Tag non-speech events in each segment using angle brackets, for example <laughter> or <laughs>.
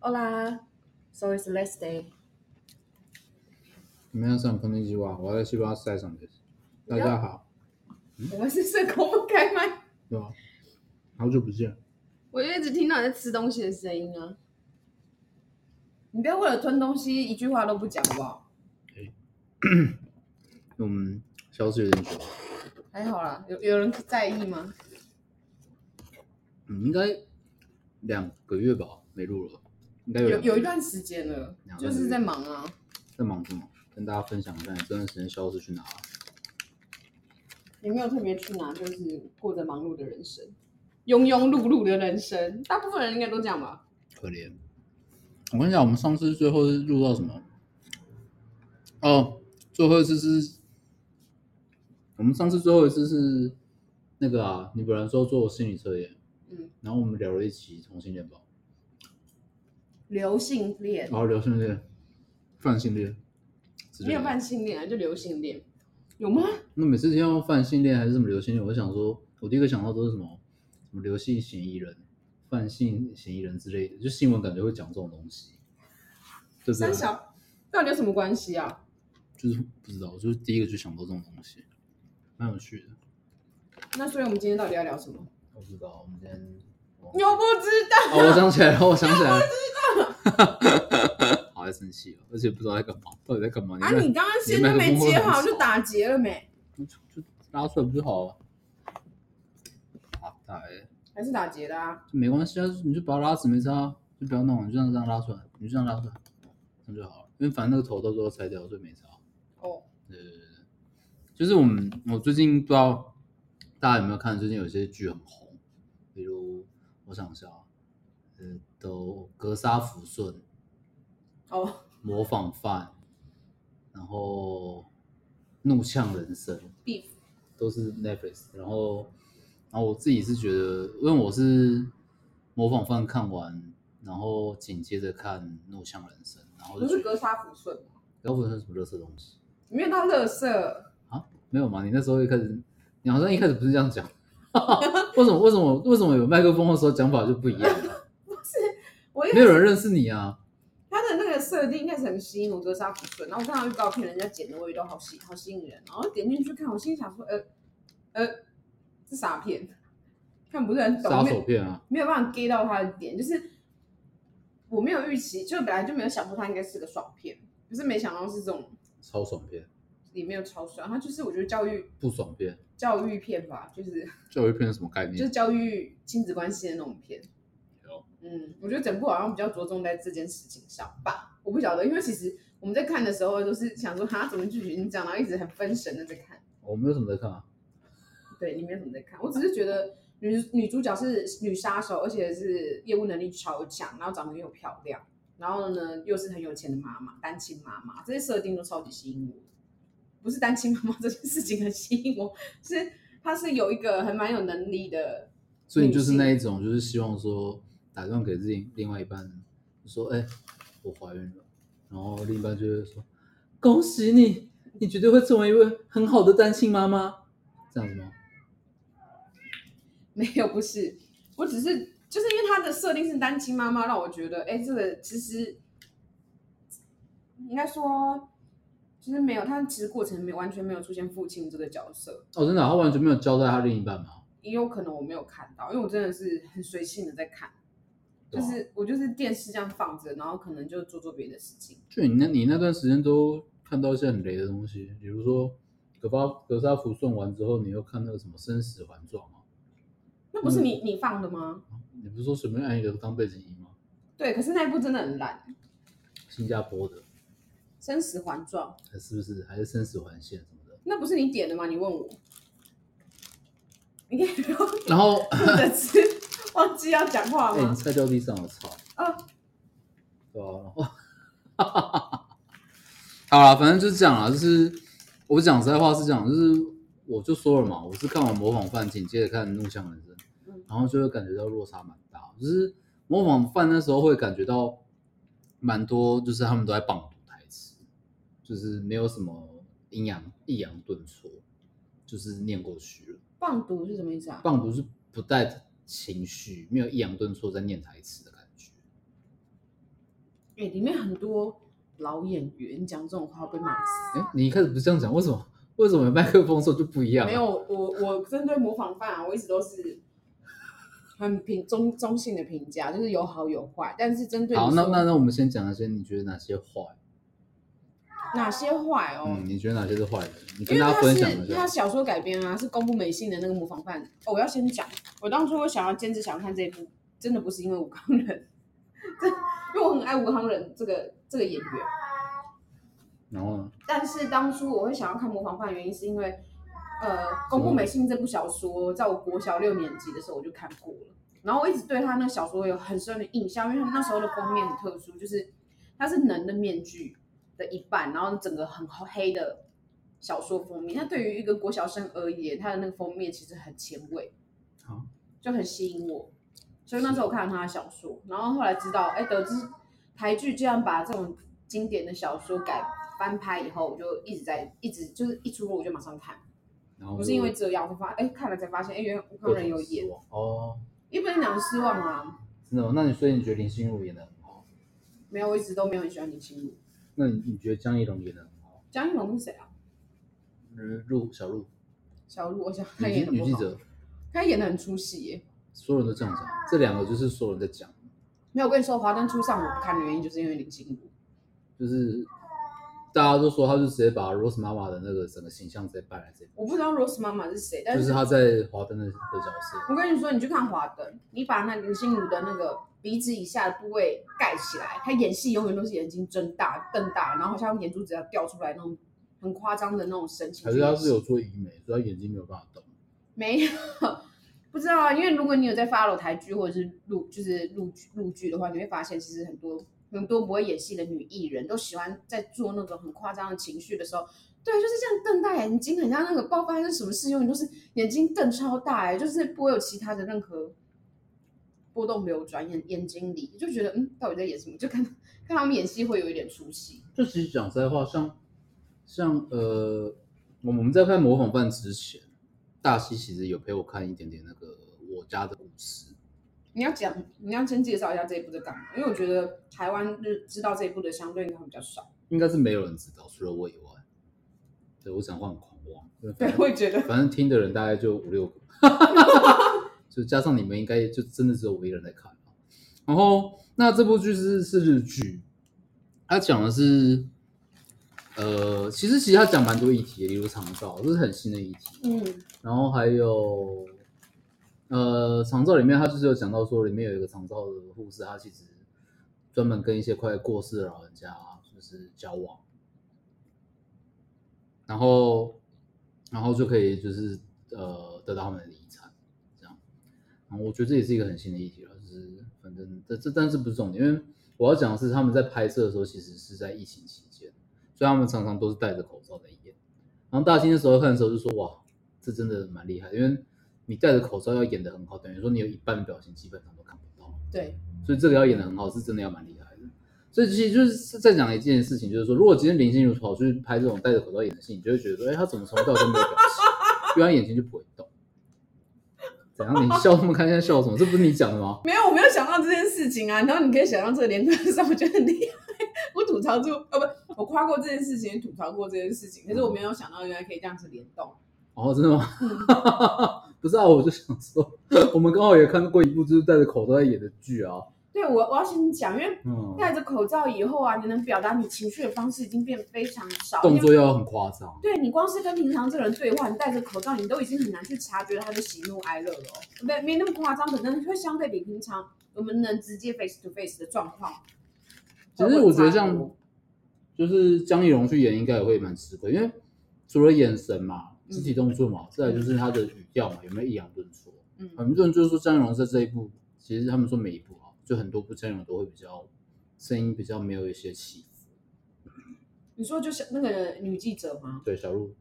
Hola, soy Celeste. 皆さん、こんにちは。私はサイさんです。大家好，Hmm? 我们是社工不开麦，对吧？好久不见，我就一直听到你在吃东西的声音啊。你不要为了吞东西一句话都不讲好不好？我们消失有点久。还好啦，有有人在意吗？嗯，应该两个月吧，没录了。应该有有两个有月一段时间了两，个就是在忙啊。在忙什么？跟大家分享一下你这段时间消失去哪了？也没有特别去哪，就是过着忙碌的人生，庸庸碌碌的人生，大部分人应该都这样吧。可怜。我跟你讲，我们上次最后是录到什么？哦，最后一次是，我们上次最后一次是那个啊，你本来说做心理测验，嗯，然后我们聊了一期同性恋吧，流性恋然，哦后聊性恋、泛性恋之没类的，有泛性恋啊，就流性恋，有吗？那每次听到泛性恋还是什么流性恋，我就想说，我第一个想到都是什么什么流性嫌疑人、泛性嫌疑人之类的，就新闻感觉会讲这种东西，对不对三？小到底有什么关系啊？就是不知道，就是第一个就想到这种东西，蛮有趣的。那所以我们今天到底要聊什么？我不知道，我们今天我不知道，哦，我想起来了，我想起来了， <laughs> 好在生气了，哦而且不知道在干嘛，到底在干嘛？啊，在你刚刚先就没接好，就打结了没？就就拉出来不就好了？啊，大爷，还是打结的啊？就没关系啊，你就把它拉直没差啊，就不要弄，你就这样这样拉出来，你就这样拉出来，这样就好了。因为反正那个头到最后拆掉，所以没差。哦，对对对对，就是我们我最近不知道大家有没有看，最近有些剧很红，比如我想一下啊，呃，都格杀福顺，哦，模仿犯，然后怒呛人生 Beef 都是 Netflix。然后，然后我自己是觉得，因为我是模仿犯看完，然后紧接着看怒呛人生，然后不就是觉得格杀福顺吗？要不然是什么垃圾东西没有到乐色，啊？没有嘛？你那时候一开始，你好像一开始不是这样讲， <laughs> 为什么？为什么？为什么有麦克风的时候讲法就不一样了？我一 <laughs> 没有人认识你啊！它的那个设定一开始很吸引我，格杀福顺。然后我看到预告片，人家剪的我也都好吸好吸引人，然后点进去看，我心里想说，呃呃，是啥片？看不是很懂，杀没有手片啊，没有办法 get 到他的点，就是我没有预期，就本来就没有想过它应该是个爽片，可是没想到是这种超爽片、里面有超爽，它就是我觉得教育不爽片，教育片吧，就是教育片是什么概就是念？教育亲子关系的那种片嗯有。嗯，我觉得整部好像比较着重在这件事情上吧，我不晓得，因为其实我们在看的时候都是想说，哈，怎么剧情这样，然后一直很分神的在看。我没有什么在看啊。对，你没有什么在看，我只是觉得女女主角是女杀手，而且是业务能力超强，然后长得又漂亮，然后呢又是很有钱的妈妈，单亲妈妈，这些设定都超级吸引我。不是单亲妈妈这件事情很吸引我，是她是有一个很蛮有能力的，所以你就是那一种，就是希望说打电话给自己另外一半，说：“哎、我怀孕了。”然后另一半就会说：“恭喜你，你绝对会成为一位很好的单亲妈妈。”这样子吗？没有不是，我只是就是因为她的设定是单亲妈妈，让我觉得哎，这个其实应该说就是没有，她其实过程没有完全没有出现父亲这个角色，哦，真的啊、他完全没有交代他另一半吗？也有可能我没有看到，因为我真的是很随性的在看，对就啊是我就是电视这样放着，然后可能就做做别的事情。就你那，你那段时间都看到一些很雷的东西，比如说格巴格杀福顺完之后，你又看那个什么生死环状啊，那不是嗯你、你放的吗？你不是说随便按一个当背景音吗？对，可是那一部真的很烂，新加坡的， 《生死环状》是不是？还是生死环线什么的？那不是你点的吗？你问我，你可以不要顾然后，着吃，忘记要讲话哎、你吗？菜掉地上了，操！啊，对啊，然后，好啦，反正就是这样啦。就是我讲实在话是这样，就是我就说了嘛，我是看完《模仿犯》，紧接着看《怒呛人生》嗯，然后就会感觉到落差蛮大。就是《模仿犯》那时候会感觉到蛮多，就是他们都在棒读台词，就是没有什么阴阳抑扬顿挫，就是念过去了。放毒是什么意思啊？棒读是不带情绪，没有抑扬顿挫在念台词的感觉。哎、里面很多老演员，你讲这种话会被骂死。哎，你一开始不是这样讲，为什么？为什么有麦克风的时候就不一样？啊没有，，我我针对模仿犯啊，我一直都是很平中中性的评价，就是有好有坏。但是针对好，你那说那那我们先讲一些你觉得哪些坏，哪些坏哦？嗯，你觉得哪些是坏的？你因跟为大他家分是享一下他。小说改编啊，是宫部美幸的那个模仿犯。哦，我要先讲，我当初我想要坚持想看这一部，真的不是因为武康 <laughs> 人，这因为我很爱武康人这个这个演员。然后呢？但是当初我会想要看《模仿犯》，原因是因为，呃，宫部美幸这部小说，在我国小六年级的时候我就看过了，然后我一直对他那小说有很深的印象，因为他们那时候的封面很特殊，就是它是人的面具的一半，然后整个很黑的小说封面。那对于一个国小生而言，他的那个封面其实很前卫，好，就很吸引我，所以那时候我看了他的小说，然后后来知道，哎，得知台剧竟然把这种经典的小说改翻拍以后，我就一直在一直就是一出炉我就马上看，然后不是因为这样，我发哎看了才发现，哎原来吴康仁有演，哦，也不能讲失望啊，真的吗？那你所以你觉得林心如演的很好？没有，我一直都没有很喜欢林心如。那你你觉得江一龙演的很好？江一龙是谁啊？嗯，陆小陆，小鹿，我想他女演记的女不记好，者，他演的很出戏耶。所有人都这样讲，这两个就是所有人在讲，没有，我跟你说，《华灯初上》我不看的原因就是因为林心如。就是大家都说他就直接把 Rose 妈妈的那个整个形象直接搬来这里，我不知道 Rose 妈妈是谁，但就是是他在华灯的的角色，我跟你说，你去看《华灯》，你把那林心如的那个鼻子以下的部位盖起来，她演戏永远都是眼睛睁大、瞪大，然后好像眼珠子要掉出来那种很夸张的那种神情还去是演戏。他是有做医美，所以他眼睛没有办法动。没有？不知道啊，因为如果你有在 follow 台剧或者是陆就是陆剧陆剧的话，你会发现其实很多很多不会演戏的女艺人都喜欢在做那种很夸张的情绪的时候，对，就是这样瞪大眼睛，很像那个爆发生什么事，永远都是眼睛瞪超大、欸，就是不会有其他的任何波动流转眼眼睛里，就觉得嗯，到底在演什么？就看看他们演戏会有一点出戏。就其实讲实在话，像像呃，我们在看《模仿犯》之前，大西其实有陪我看一点点那个我家的故事，你要讲，你要先介绍一下这一部在干嘛，因为我觉得台湾日知道这一部的相对应该会比较少。应该是没有人知道，除了我以外。对我讲话很狂妄，对，我也觉得反正听的人大概就五六个，就加上你们应该就真的只有我一个人在看了然后那这部剧是是日剧，它讲的是，呃，其实其实它讲蛮多议题的，例如长照，这是很新的议题。 <laughs> 嗯，然后还有，呃，长照里面他就是有讲到说，里面有一个长照的护士，他其实专门跟一些快过世的老人家就是交往，然后，然后就可以就是呃得到他们的遗产，这样。然后我觉得这也是一个很新的议题了，就是反正这这但是不是重点，因为我要讲的是他们在拍摄的时候其实是在疫情期间，所以他们常常都是戴着口罩在演。然后大兴的时候看的时候就说哇，这真的蛮厉害，因为你戴着口罩要演得很好，等于说你有一半的表情基本上都看不到，对，所以这个要演得很好是真的要蛮厉害的。所以其实就是在讲一件事情，就是说，如果今天林心如跑去拍这种戴着口罩演的戏，你就会觉得说，哎，她怎么从头到尾都没有表情，因为她眼睛就不会动。怎样？你笑那么开心，在笑什么？这不是你讲的吗？没有，我没有想到这件事情啊。然后你可以想到这个连贯上，我觉得很厉害。我吐槽出，呃、不，我夸过这件事情，也吐槽过这件事情，可是我没有想到原来可以这样子联动。哦，真的吗？ <laughs> 不是啊，我就想说，我们刚好也看过一部就是戴着口罩在演的剧啊，对我，我要先讲，因为嗯，戴着口罩以后啊，你能表达你情绪的方式已经变非常少。动因为作要很夸张。对你光是跟平常这个人对话，你戴着口罩，你都已经很难去察觉他的喜怒哀乐了哦、没没那么夸张，可能会相对比平常我们能直接 face to face 的状况。其实我觉会得有差像别，就是江一龙去演，应该也会蛮吃亏，因为除了眼神嘛、肢体动作嘛，再来就是他的语调嘛，有没有抑扬顿挫？嗯很多人就是说江一龙在这一部，其实他们说每一部啊，就很多部江一龙都会比较声音比较没有一些起伏。你说就是那个女记者吗？对，小鹿，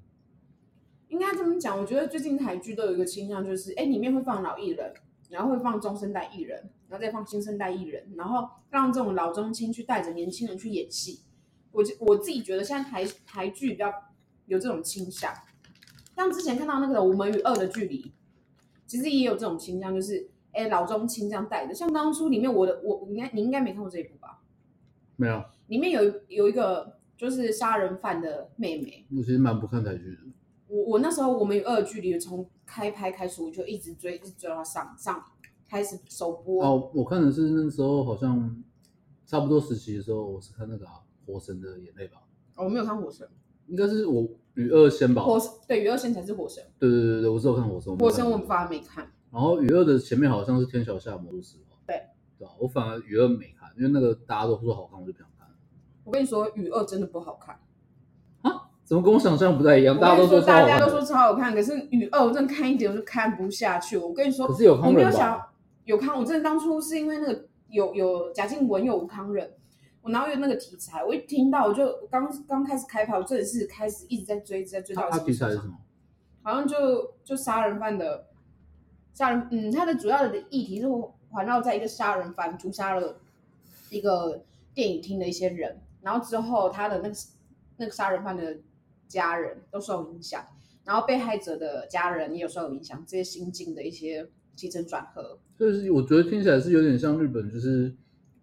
应该这么讲，我觉得最近台剧都有一个倾向，就是哎，里面会放老艺人，然后会放中生代艺人，然后再放新生代艺人，然后让这种老中青去带着年轻人去演戏。我就我自己觉得现在台台剧比较有这种倾向，像之前看到那个《我们与恶的距离》，其实也有这种倾向，就是哎老中青这样带着。像当初里面我的我，你应该你应该没看过这一部吧？没有，里面有一有一个就是杀人犯的妹妹，我其实蛮不看台剧的。我我那时候我们有二距离，从开拍开始我就一直追，一直追到它上上开始首播。哦，我看的是那时候好像差不多时期的时候，我是看那个、啊《火神的眼泪》吧，哦我没有看火神，应该是我与二先吧。火神对余二仙才是火神，对对对对，我只有看火神。没火有神看我别的反而没看。然后雨二的前面好像是天桥下魔术师吧？对，对啊吧？我反而雨二没看，因为那个大家都说好看，我就不想看。我跟你说，雨二真的不好看。怎么跟我想象不太一样？我大家跟都你说，超好大家看的。都说超好看，可是雨二我真的看一点我就看不下去。我跟你说可，是有我康没人有吧？想有康，我真的当初是因为那个有有贾静雯有吴康仁，我然后有那个题材，我一听到我就刚刚开始开拍，我真的是开始一直在追，一直在追到他他题材是什么？好像就就杀人犯的杀人，嗯，他的主要的议题是环绕在一个杀人犯屠杀了一个电影厅的一些人，然后之后他的那个那个杀人犯的家人都受影响，然后被害者的家人也有受影响，这些心境的一些起承转合。就是我觉得听起来是有点像日本，就是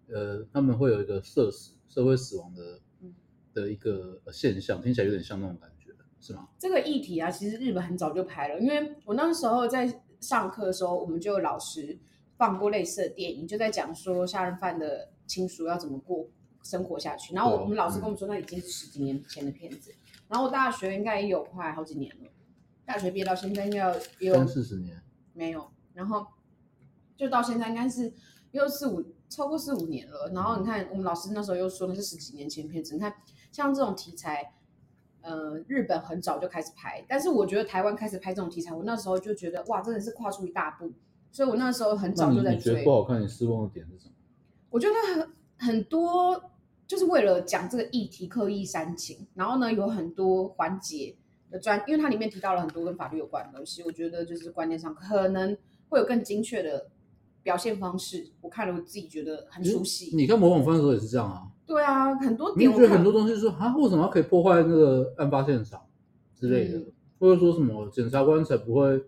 呃，他们会有一个社死、社会死亡的嗯的一个呃现象，听起来有点像那种感觉，是吗？这个议题啊，其实日本很早就拍了，因为我那时候在上课的时候，我们就有老师放过类似的电影，就在讲说杀人犯的亲属要怎么过生活下去。然后对我啊我们老师跟我们说，那已经是十几年前的片子。然后我大学应该也有快好几年了，大学毕业到现在应该有也有三四十年，没有，然后就到现在应该是又四五超过四五年了。然后你看，我们老师那时候又说那是十几年前的片子，你看像这种题材，呃，日本很早就开始拍，但是我觉得台湾开始拍这种题材，我那时候就觉得哇，真的是跨出一大步。所以我那时候很那早你就在你觉得追不，好看，你失望的点是什么？我觉得很很多就是为了讲这个议题刻意煽情，然后呢有很多环节的专，因为它里面提到了很多跟法律有关的东西，我觉得就是观念上可能会有更精确的表现方式。我看了我自己觉得很出戏，嗯你看《模仿犯》的时候也是这样啊，对啊，很多你点会我觉得看很多东西是说啊，为什么他可以破坏那个案发现场之类的，嗯或者说什么检察官才不会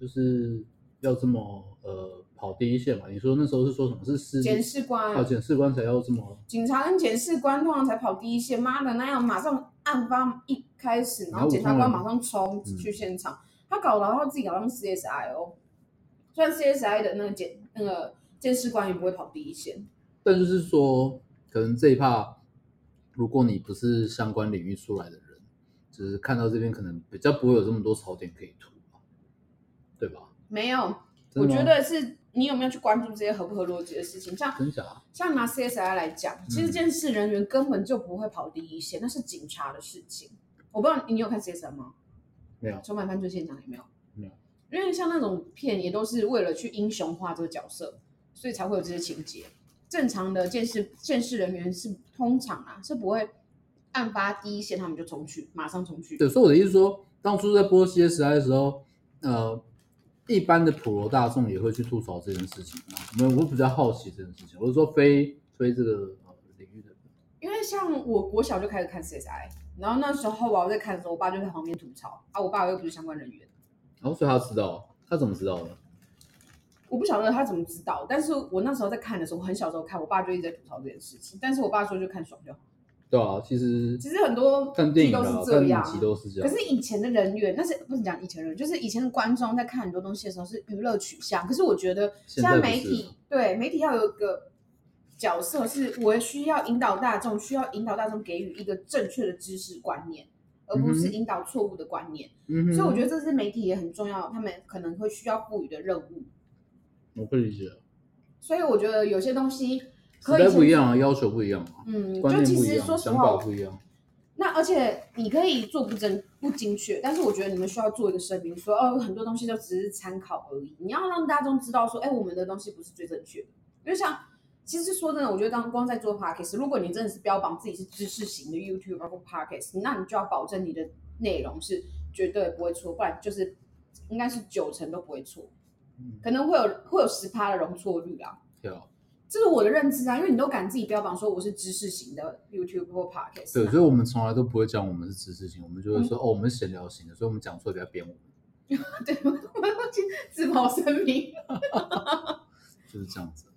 就是要这么呃跑第一线嘛？你说那时候是说什么是司检视嗯官、啊，检视官才要这么，警察跟检视官通常才跑第一线，妈的那样，马上案发一开始，然后检察官马上冲嗯去现场，他搞得他自己好像 CSI 哦，虽然 CSI 的那个检那个监视官也不会跑第一线，但就是说可能这一趴，如果你不是相关领域出来的人，就是看到这边可能比较不会有这么多槽点可以吐吧，对吧？没有，我真的吗觉得是你有没有去关注这些合不合逻辑的事情，像真假像拿 CSI 来讲，嗯其实监视人员根本就不会跑第一线，那是警察的事情。我不知道你有看 CSI 吗？没有重返犯罪现场有没有？没有。因为像那种片也都是为了去英雄化这个角色，所以才会有这些情节。正常的监视监视人员是通常啊是不会案发第一线他们就冲去，马上冲去。对，所以我的意思说，当初在播 CSI 的时候，呃，一般的普罗大众也会去吐槽这件事情啊。我们我比较好奇这件事情，我是说非非这个呃领域的人，因为像我国小就开始看 CSI，然后那时候啊我在看的时候，我爸就在旁边吐槽啊，我爸又不是相关人员。然后哦所以他知道，他怎么知道的？我不晓得他怎么知道，但是我那时候在看的时候，我很小时候看，我爸就一直在吐槽这件事情。但是我爸说就看爽就好。对啊，其实其实很多看电影剧啊都，是这看样影集都是这可样。是以前的人员，那是不是讲以前的人，就是以前的观众在看很多东西的时候是娱乐取向。可是我觉得现现在在不媒是体了对媒体要有一个角色，是我需要引导大众，需要引导大众给予一个正确的知识观念，而不是嗯哼引导错误的观念。嗯所以我觉得得这是媒体也很重要，他们可能会需要赋予的任务。我可以理解，所以我觉得有些东西时可代以不一样啊，要求不一样啊，嗯，观就念其不一实样，说实想话法，不一样。那而且你可以做不正不精确，但是我觉得你们需要做一个声明说，哦，很多东西都只是参考而已。你要让大众知道说，哎，我们的东西不是最正确的。因为像其实说真的，我觉得当光在做 podcast，如果你真的是标榜自己是知识型的 YouTube 包括 podcast，那你就要保证你的内容是绝对不会错，不然就是应该是九成都不会错，嗯，可能会有会有十趴的容错率啦。对啊，这是我的认知啊，因为你都敢自己标榜说我是知识型的 YouTube 或 Podcast，对，啊所以我们从来都不会讲我们是知识型，我们就会嗯说哦，我们是闲聊型的，所以我们讲错不要编我们， <laughs> 对，我要去自保声明。就是这样子。啊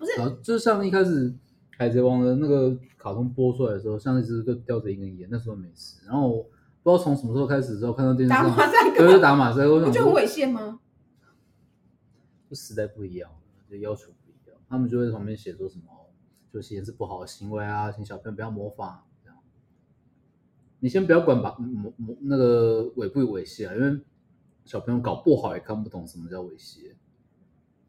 不是然后就像一开始海贼王的那个卡通播出来的时候，像一只就叼着一根烟，那时候没事。然后我不知道从什么时候开始之后，看到电视打上麻将对，干 <laughs> 就嘛打马赛克，我不想就很说猥亵吗？就时代不一样了，就要求不一样，他们就会在旁边写说什么，就吸烟是不好的行为啊，请小朋友不要模仿、啊、这样。你先不要管把模模那个猥不猥亵啊，因为小朋友搞不好也看不懂什么叫猥亵，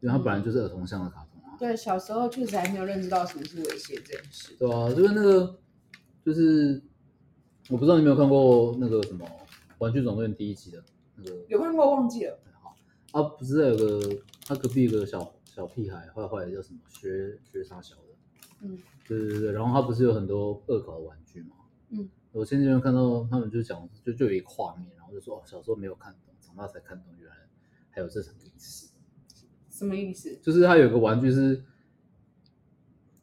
因为他本来就是儿童向的卡通啊。对，小时候确实还没有认知到什么是猥亵这件事。对啊，就是那个，就是我不知道你有没有看过那个什么《玩具总动员》第一集的那个有看过忘记了，啊，不是有个他隔壁有个小小屁孩，坏坏的叫什么薛薛啥小的，嗯，对对对，然后他不是有很多恶搞的玩具吗？嗯，我前几天看到他们就讲，就就有一个画面，然后就说哦，小时候没有看懂，长大才看懂，原来还有这层意思。什么意思？就是它有个玩具是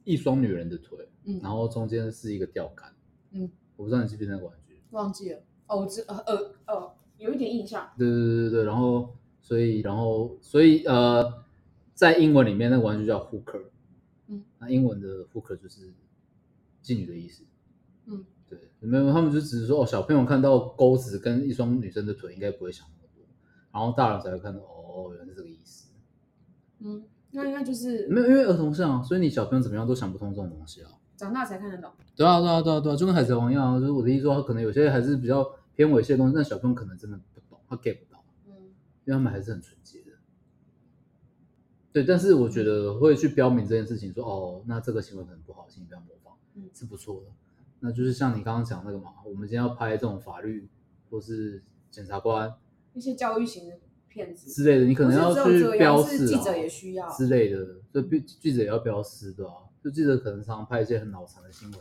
一双女人的腿，嗯然后中间是一个钓竿，嗯，我不知道你记不记得那个玩具，忘记了。哦，我知，呃呃呃，有一点印象。对对对对对，然后所以然后所以呃，在英文里面那个玩具叫 hooker，嗯，那英文的 hooker 就是妓女的意思，嗯，对，没有他们就只是说哦，小朋友看到钩子跟一双女生的腿应该不会想那么多，然后大人才会看到哦，原来是这个意思，嗯，那应该就是没有因为儿童像，啊所以你小朋友怎么样都想不通这种东西啊。长大才看得懂。对啊，对啊，对啊，对啊，就跟海贼王一样啊，就是我的意思说，他可能有些还是比较偏猥亵的东西，但小朋友可能真的不懂，他 get 不到，嗯，因为他们还是很纯洁的。对，但是我觉得嗯会去标明这件事情说哦，那这个行为可能不好，请你不要模仿，嗯是不错的。那就是像你刚刚讲那个嘛，我们今天要拍这种法律或是检察官一些教育型的片子，之类的，你可能要不是只去有这样标是示、啊，记者也需要之类的，就记记者也要标示的啊。就记者可能常常拍一些很脑残的新闻，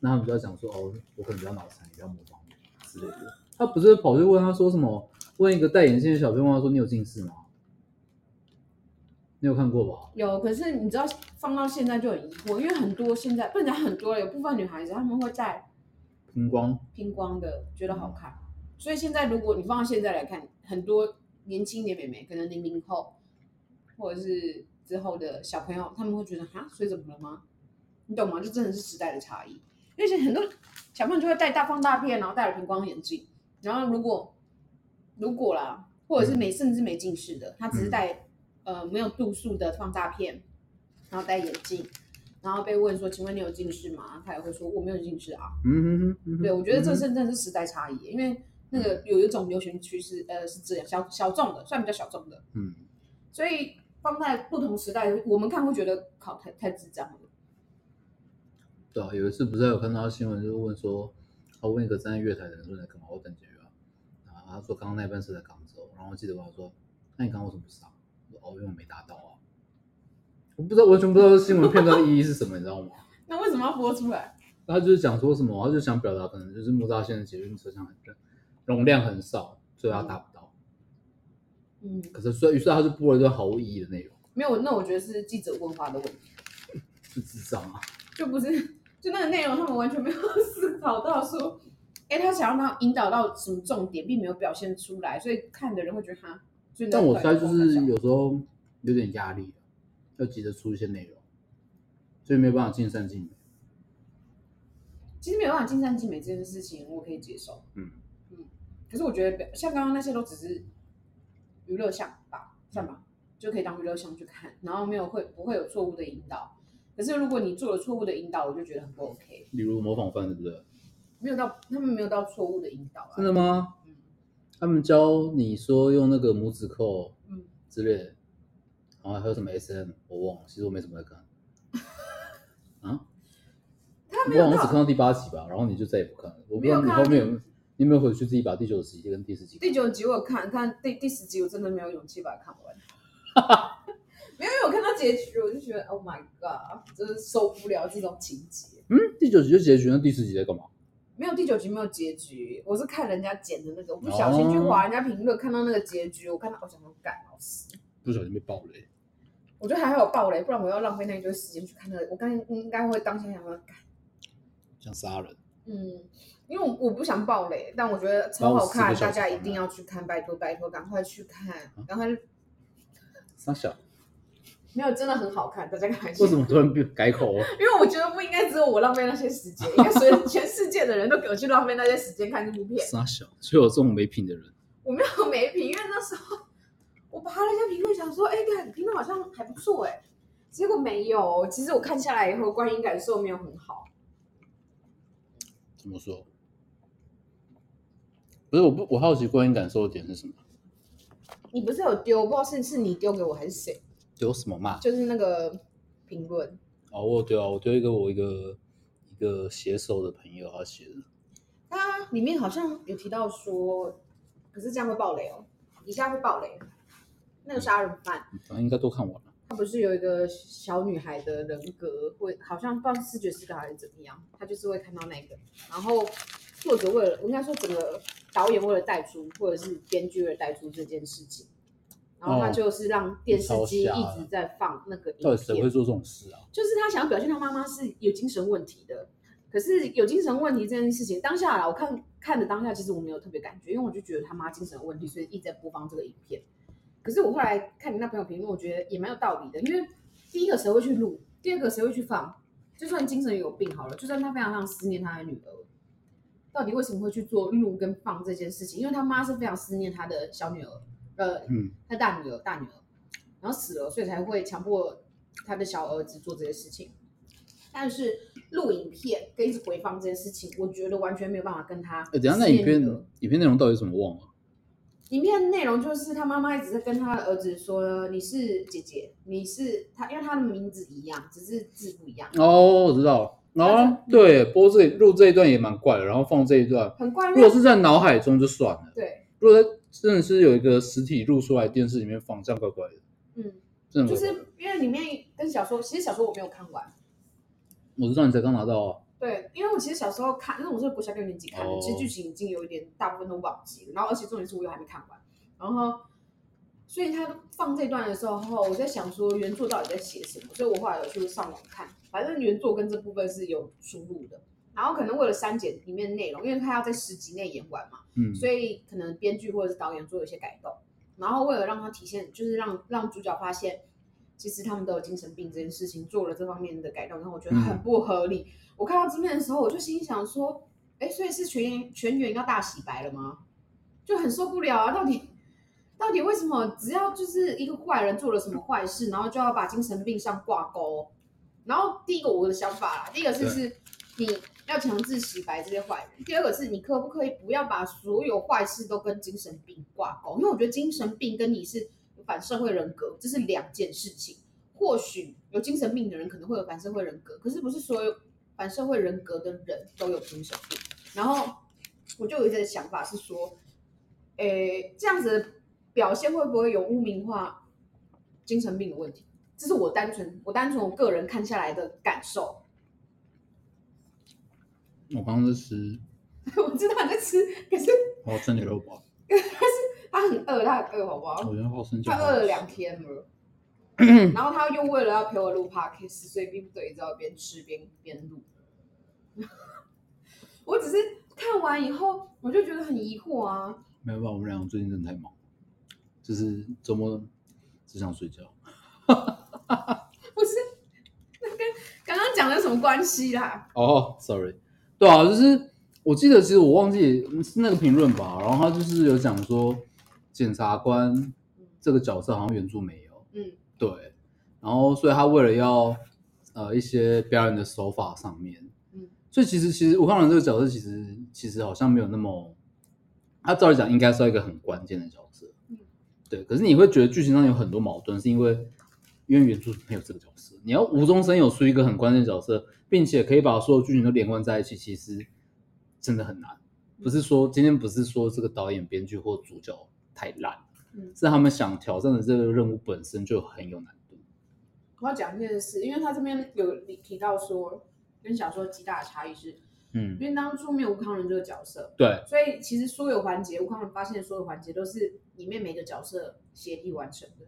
那他们就要讲说哦，我可能比较脑残，你不要模仿我之类的。他不是跑去问他说什么？问一个戴眼镜的小朋友他说：“你有近视吗？”你有看过吧？有，可是你知道放到现在就很疑惑，因为很多现在不能讲很多了，有部分女孩子她们会戴平光，拼光的，觉得好看。所以现在如果你放到现在来看，很多年轻一点妹妹，可能零零后或者是之后的小朋友，他们会觉得哈，所以怎么了吗？你懂吗？就真的是时代的差异。因为现在很多小朋友就会戴大放大片，然后戴了平光眼镜，然后如果如果啦，或者是没甚至没近视的，他只是戴、呃没有度数的放大片，然后戴眼镜，然后被问说：“请问你有近视吗？”他也会说：“我没有近视啊。”嗯哼哼嗯哼，对，我觉得这嗯是真的是时代差异，因为那个有一种流行趋势，呃，是这样小小众的，算比较小众的，嗯，所以放在不同时代，我们看会觉得靠太太智障了。对啊。有一次不是还有看到新闻，就是问说，他问一个站在月台的人说：“你在干嘛？”我等捷运啊。然后他说：“刚刚那班是在港州。”然后记者问他说：“那你刚刚为什么不上？”我说：“哦，因为我没搭到啊。”我不知道，完全不知道新闻片段的意义是什么，你知道吗？那为什么要播出来？他就是讲说什么，他就想表达可能就是木栅线的捷运车厢很容量很少，所以他达不到。嗯，可是所以于是他就播了一段毫无意义的内容，没有，那我觉得是记者问话的问题，是智障啊！就不是就那个内容，他们完全没有 <laughs> 思考到说，哎，他想要让引导到什么重点，并没有表现出来，所以看的人会觉得哈。所以你但我到底猜在就放三是小有时候有点压力，啊要急着出一些内容，所以没有办法尽善尽美。其实没有办法尽善尽美这件事情，我可以接受。嗯嗯，可是我觉得像刚刚那些都只是娱乐项吧，算嗯吧，就可以当娱乐项去看，然后没有会不会有错误的引导。可是如果你做了错误的引导，我就觉得很不 OK，例如模仿犯，对不对？没有到他们没有到错误的引导真啊。的吗嗯？他们教你说用那个拇指扣，嗯之类的，然后还有什么 SM，我忘了，其实我没什么 <laughs> 在看。啊？他没我有好像只看到到第八集吧，然后你就再也不看了。我不没知有道你看后到面有没有，你有没有回去自己把第九集跟第十集看？第九集，我有看看第第十集，我真的没有勇气把它看 <laughs> 完。没有，因为我看到结局，我就觉得 Oh my God，真是受不了这种情节。嗯，第九集就结局，那第十集在干嘛？没有第九集没有结局，我是看人家剪的那个，我不小心去哦划人家评论，看到那个结局，我看到我哦想说干老师，不小心被爆雷。我觉得还好有爆雷，不然我要浪费那一堆时间去看那个，我刚应该会当下想说干，想杀人，嗯，因为我我不想爆雷，但我觉得超好然后看，四个小大时家一定啊要去看，拜托拜托，赶快去看，赶快傻小，没有，真的很好看，大家看一下。为什么突然变改 <laughs> 口啊？因为我觉得不应该只有我浪费那些时间，应该所有 <laughs> 全世界的人都给我去浪费那些时间看这部片。傻小，就有这种没品的人。我没有没评，因为那时候我爬了一下评论，想说，哎、看评论好像还不错，哎，结果没有。其实我看下来以后，观影感受没有很好。怎么说？不是，我不，我好奇观影感受的点是什么？你不是有丢，不知道是是你丢给我还是谁，有什么嘛？就是那个评论。哦，我有丢啊，我丢一个我一个一个写手的朋友他写的，嗯它里面好像有提到说，可是这样会爆雷哦，以下会爆雷。哦那个杀人犯，反正应该都看完了。她不是有一个小女孩的人格会，好像不知道是视觉失调还是怎么样，她就是会看到那个。然后作者为了，我应该说整个导演为了带出，或者是编剧为了带出这件事情，然后他哦就是让电视机超瞎一的直在放那个到影底谁会片，做这种事啊？就是他想要表现他妈妈是有精神问题的。可是有精神问题这件事情，当下啦，我看看的当下，其实我没有特别感觉，因为我就觉得他妈精神有问题，所以一直在播放这个影片。可是我后来看你那朋友评论，我觉得也蛮有道理的，因为第一个谁会去录，第二个谁会去放？就算精神有病好了，就算他非常非常思念他的女儿，到底为什么会去做录跟放这件事情？因为他妈是非常思念他的小女儿，呃，嗯，他大女儿大女儿，然后死了，所以才会强迫他的小儿子做这些事情。但是录影片跟一直回放这件事情，我觉得完全没有办法跟他。哎，等一下那影片影片内容到底是什么忘了？影片内容就是他妈妈一直在跟他的儿子说：“你是姐姐，你是他，因为他的名字一样，只是字不一样，哦，我知道。哦，对，播这录这一段也蛮怪的，然后放这一段，很怪。”如果是在脑海中就算了，对，如果它真的是有一个实体录出来，电视里面放，这样怪怪的，嗯，真的就怪怪的。是因为里面跟小说，其实小说我没有看完。我知道你才刚拿到、啊，对，因为我其实小时候看，因为我是国小六年级看的，哦其实剧情已经有一点大部分都忘记了，然后而且重点是我又还没看完，然后所以他放这段的时候，我在想说原作到底在写什么，所以我后来有去上网看，反正原作跟这部分是有出入的，然后可能为了删减里面内容，因为他要在十集内演完嘛，嗯，所以可能编剧或者是导演做了一些改动，然后为了让他体现，就是让让主角发现，其实他们都有精神病这件事情，做了这方面的改动，然后我觉得很不合理。我看到这边的时候，我就心想说，哎，所以是全员全员要大洗白了吗？就很受不了啊！到底到底为什么只要就是一个坏人做了什么坏事，然后就要把精神病上挂钩？然后第一个我的想法啦，第一个是对是你要强制洗白这些坏人，第二个是你可不可以不要把所有坏事都跟精神病挂钩？因为我觉得精神病跟你是反社会人格这是两件事情。或许有精神病的人可能会有反社会人格，可是不是所有反社会人格的人都有精神病。然后我就有一个想法是说，诶，这样子的表现会不会有污名化精神病的问题？这是我单纯我单纯我个人看下来的感受。 <laughs> 我刚刚哦在吃我知道你在吃，可是花生牛肉堡，他很饿，他很饿，好不好？我觉得花生饺他好好饿吃了两天了，然后他又为了要陪我录 podcast，所以逼不得已只好边吃边边录。 <laughs> 我只是看完以后，我就觉得很疑惑啊，没有办法，我们俩最近真的太忙，就是周末只想睡觉。不是那跟刚刚讲的有什么关系啦？哦、s o r r y 对啊，就是我记得，其实我忘记是那个评论吧，然后他就是有讲说，检察官这个角色好像原著没有，嗯，对，然后所以他为了要呃一些表演的手法上面，嗯，所以其实其实吴康仁这个角色其实其实好像没有那么，他照理讲应该是要一个很关键的角色，嗯，对，可是你会觉得剧情上有很多矛盾，是因为因为原著没有这个角色，你要无中生有出一个很关键的角色，并且可以把所有剧情都连贯在一起，其实真的很难。嗯不是说今天不是说这个导演、编剧或主角太烂，嗯是他们想挑战的这个任务本身就很有难度。我要讲一件事，因为他这边有提到说，跟小说极大的差异是，嗯，因为当初没有吴康仁这个角色，对，所以其实所有环节，吴康仁发现的所有环节都是里面每个角色协力完成的。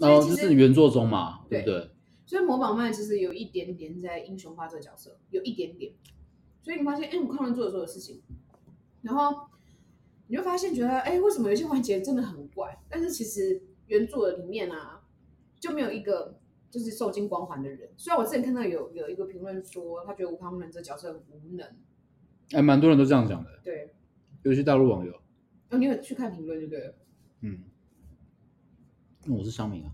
然后所以哦就其实是原作中嘛，对对不对？所以模仿曼其实有一点点在英雄化这个角色，有一点点。所以你发现，哎、我看人做的所有事情，然后你就发现觉得，哎、为什么有些环节真的很怪？但是其实原著的里面啊，就没有一个就是受尽光环的人。虽然我之前看到有有一个评论说，他觉得吴康仁这角色很无能。哎，蛮多人都这样讲的，对，尤其大陆网友。哦，你有去看评论就对了。嗯，那我是乡民啊，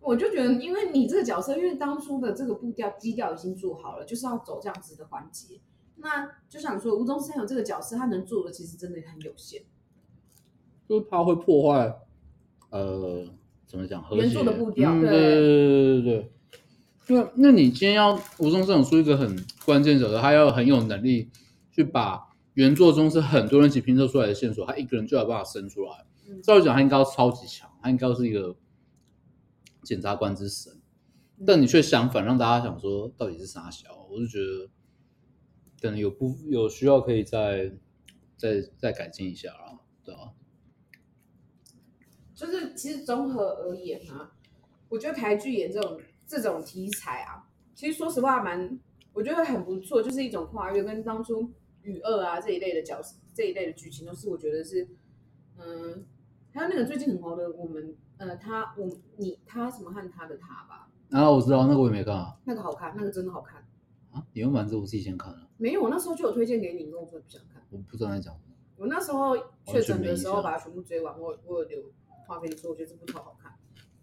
我就觉得，因为你这个角色，因为当初的这个步调基调已经做好了，就是要走这样子的环节。那就想说，吴宗宪有这个角色，他能做的其实真的很有限。就是怕会破坏，呃，怎么讲和谐原作的步调嗯对对对对对对。那那你今天要无中生有出一个很关键角色，他要很有能力去把原作中是很多人一起拼凑出来的线索，他一个人就有办法生出来。嗯照理讲，他应该要超级强，他应该要是一个检察官之神，但你却相反，让大家想说到底是啥小，我就觉得可能有不有需要可以再再再改进一下啦，对啊。就是其实综合而言啊，我觉得台剧演这种这种题材啊，其实说实话蛮，我觉得很不错，就是一种跨越，跟当初《雨二》啊这一类的角色这一类的剧情都是我觉得是，嗯，还有那个最近很红的我们呃他我你他什么和他的他吧，啊，我知道那个我也没看啊。那个好看，那个真的好看。啊，你用完之后我自己先看了，没有，我那时候就有推荐给你，你跟我说你不想看。我不知道在讲什么。我那时候确诊的时完全没印候象把它全部追完，我我有留话跟你说，我觉得这部超好看。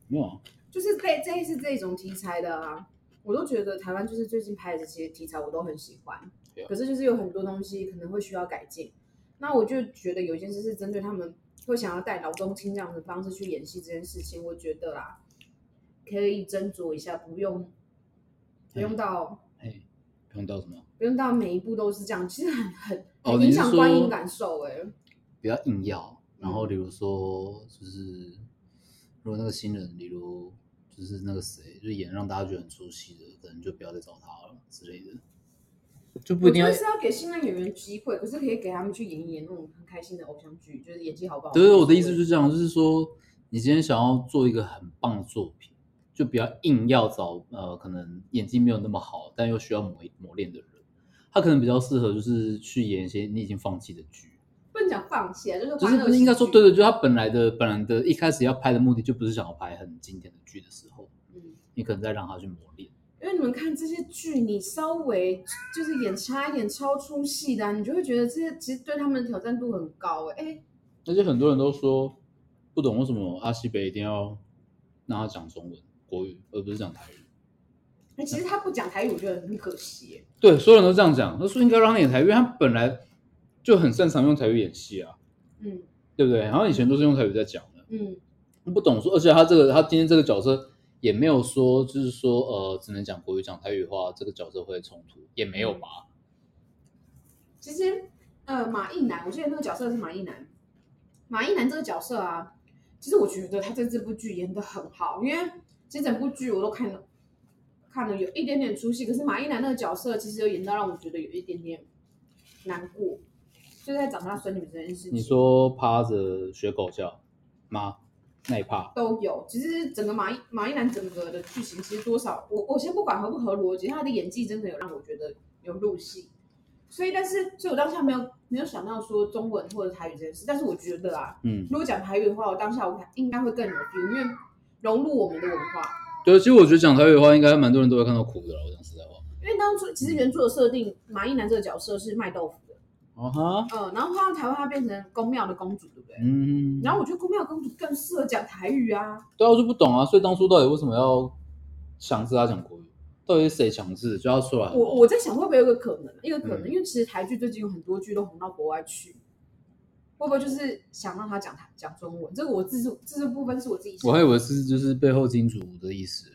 没有啊，就是这这一次这种题材的啊，我都觉得台湾就是最近拍的这些题材我都很喜欢 Yeah. 可是就是有很多东西可能会需要改进。那我就觉得有一件事是针对他们会想要带老中青这样的方式去演戏这件事情，我觉得啦，可以斟酌一下，不用不用到、哎，不用到什么，不用到每一步都是这样，其实很很哦很你影是响说观影感受哎、不要硬要。然后比如说，就是如果那个新人，比如就是那个谁，就是演让大家觉得很出戏的，可能就不要再找他了之类的，就不我一定觉要得。是要给新的演员机会，可是可以给他们去演一演那种很开心的偶像剧，就是演技好不好？对，我的意思就是这样，就是说你今天想要做一个很棒的作品，就不要硬要找呃可能演技没有那么好，但又需要磨磨练的人，他可能比较适合就是去演一些你已经放弃的剧。不能讲放弃啊，就是就欢乐喜是剧应该说，对，对，就他本来的本来的一开始要拍的目的，就不是想要拍很经典的剧的时候，嗯，你可能再让他去磨练。因为你们看这些剧，你稍微就是演差一点、超出戏的啊、你就会觉得这些其实对他们的挑战度很高哎、哎，而且很多人都说不懂为什么阿西北一定要让他讲中文国语，而不是讲台语。那哎其实他不讲台语，我觉得很可惜欸耶、对，所有人都这样讲，他说应该让他演台语，因为他本来就很擅长用台语演戏啊，嗯对不对？然后以前都是用台语在讲的，嗯不懂说，而且他这个他今天这个角色也没有说，就是说呃，只能讲国语讲台语的话，这个角色会冲突，也没有吧？其实，呃，马一男，我记得那个角色是马一男。马一男这个角色啊，其实我觉得他在这部剧演的很好，因为其实整部剧我都看了，看了有一点点出戏。可是马一男那个角色其实有演到让我觉得有一点点难过，就是在长大孙女这件事你情说趴着学狗叫吗？那一趴，都有。其实整个马一马一男整个的剧情，其实多少我我先不管合不合逻辑，他的演技真的有让我觉得有入戏。所以，但是，所以我当下没有没有想到说中文或者台语这件事，但是我觉得啊，嗯，如果讲台语的话，我当下我应该会更有 feel，因为融入我们的文化。对，其实我觉得讲台语的话，应该蛮多人都会看到哭的了。我讲实在话，因为当初其实原著的设定，马一男这个角色是卖豆腐的，哦哈，嗯，然后他到台湾他变成宫庙的公主，对不对？嗯，然后我觉得宫庙公主更适合讲台语啊，对啊，我就不懂啊，所以当初到底为什么要强制他讲国语？到底是谁强制就要出来好不好？我我在想会不会有一个可能，一个可能，嗯因为其实台剧最近有很多剧都红到国外去，会不会就是想让他讲台讲中文？这个我自制自制部分是我自己想我还的，以为是就是背后金主的意思，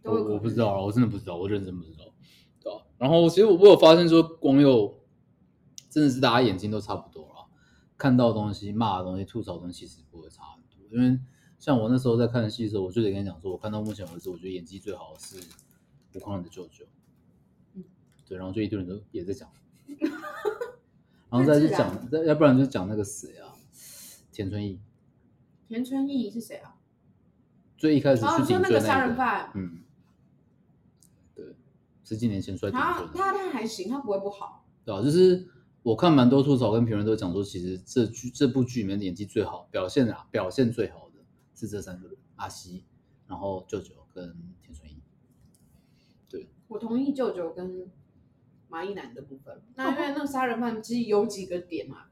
都我有可能我不知道啊，我真的不知道，我认真不知道，对啊？然后其实我我有发现说，光佑真的是大家眼睛都差不多了，看到的东西、骂的东西、吐槽的东西，其实不会差很多。因为像我那时候在看戏的时候，我就得跟你讲说，我看到目前为止，我觉得演技最好的是吴匡仁的舅舅，嗯对，然后就一堆人都也 <laughs> 在讲，然后再去讲，再要不然就讲那个谁啊，田春义。田春义是谁啊？最一开始哦，去你说警那队个杀人犯，嗯，对，十几年前摔警他车的，他他还行，他不会不好。对啊，就是我看蛮多吐槽跟评论都讲说，其实这剧这部剧里面演技最好，表现啊表现最好的是这三个人：阿西，然后舅舅跟田纯一。我同意舅舅跟马一男的部分。那哦因为那个杀人犯其实有几个点嘛，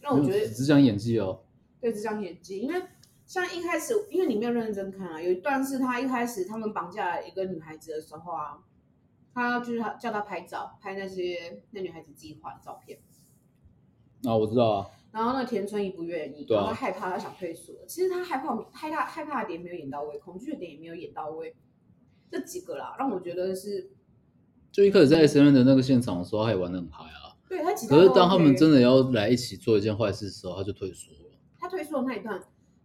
让我觉没有得只只讲演技哦，对这张演技，因为像一开始，因为你没有认真看啊，有一段是他一开始他们绑架一个女孩子的时候啊，他就是他叫她拍照，拍那些那女孩子自己画的照片，啊，我知道啊，然后那田春怡不愿意，对啊然后他害怕，他想退缩。其实他害怕，害怕害怕的点没有演到位，恐惧的点也没有演到位，这几个啦，让我觉得是就一开始在 S N 的那个现场的时候，他也玩的很嗨啊。对他几个可都是 OK。当他们真的要来一起做一件坏事的时候，他就退缩了。他退缩的那一段，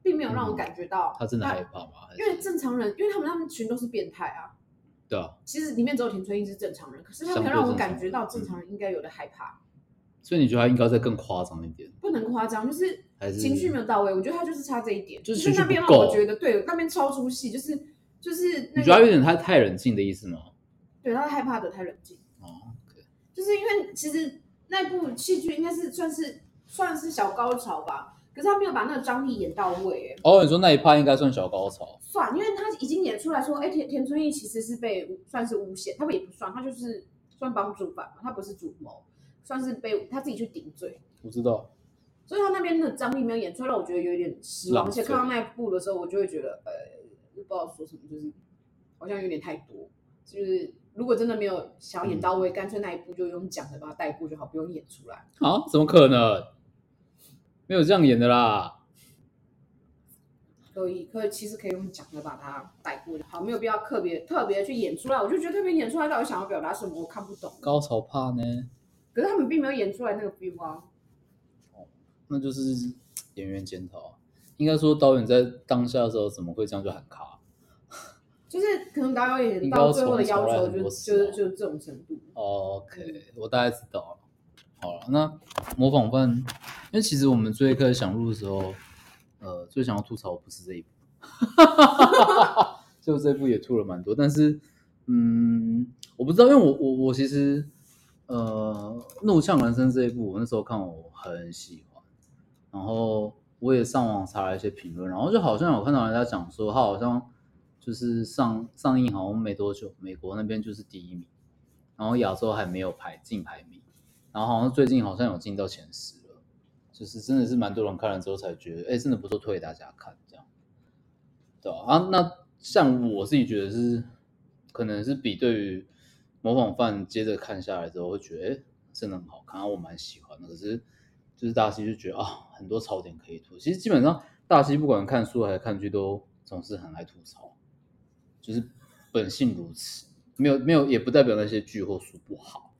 并没有让我感觉到、嗯他真的害怕吗？还因为是正常人，因为他们他们群都是变态啊。对啊，其实里面只有田春英是正常人，可是他相没对有让我正常感觉到正嗯常人应该有的害怕，所以你觉得他应该再更夸张一点，不能夸张，就是还是情绪没有到位。我觉得他就是差这一点，就是情绪那边不让我够觉得对，那边超出戏，就是就是那你觉得他有个点太太冷静的意思吗？对他害怕的太冷静，哦，OK，就是因为其实那部戏剧应该是算是算是小高潮吧，可是他没有把那个张力演到位、欸，哦，你说那一趴应该算小高潮，算，因为他已经演出来说，哎、田田春义其实是被诬算是诬陷，他们也不算，他就是算帮助犯嘛，他不是主谋，算是被他自己去顶罪，我知道，所以他那边的张力没有演出来，让我觉得有点失望。浪而费且看到那一部的时候，我就会觉得，呃，不知道说什么，就是好像有点太多，就是如果真的没有想要演嗯到位，干、脆那一部就用讲的把它带过就好，不用演出来。啊，怎么可能？没有这样演的啦，可以，可以，其实可以用讲的把它带过就好，没有必要特别特别去演出来。我就觉得特别演出来到底想要表达什么，我看不懂。高潮怕呢，可是他们并没有演出来那个 feel 啊。那就是演员检讨啊。应该说导演在当下的时候怎么会这样就喊卡？就是可能导演应该到要最后的重要重来求很就多就次是啊就是这种程度， OK，我大概知道了。好了，那模仿犯，因为其实我们最开始想录的时候，呃，最想要吐槽不是这一部， <laughs> 就这部也吐了蛮多，但是，嗯，我不知道，因为我我我其实，呃，《怒呛人生》这一部，我那时候看我很喜欢，然后我也上网查了一些评论，然后就好像有看到人家讲说，他好像就是上上映好像没多久，美国那边就是第一名。然后亚洲还没有排进排名，然后好像最近好像有进到前十了，就是真的是蛮多人看了之后才觉得，哎，真的不错，推给大家看这样，对啊，啊那像我自己觉得是，可能是比对于模仿犯接着看下来之后会觉得，哎，真的很好看，啊我蛮喜欢的，可是就是大西就觉得啊，很多槽点可以吐，其实基本上大西不管看书还是看剧都总是很爱吐槽，就是本性如此。没有没有，也不代表那些剧或书不好。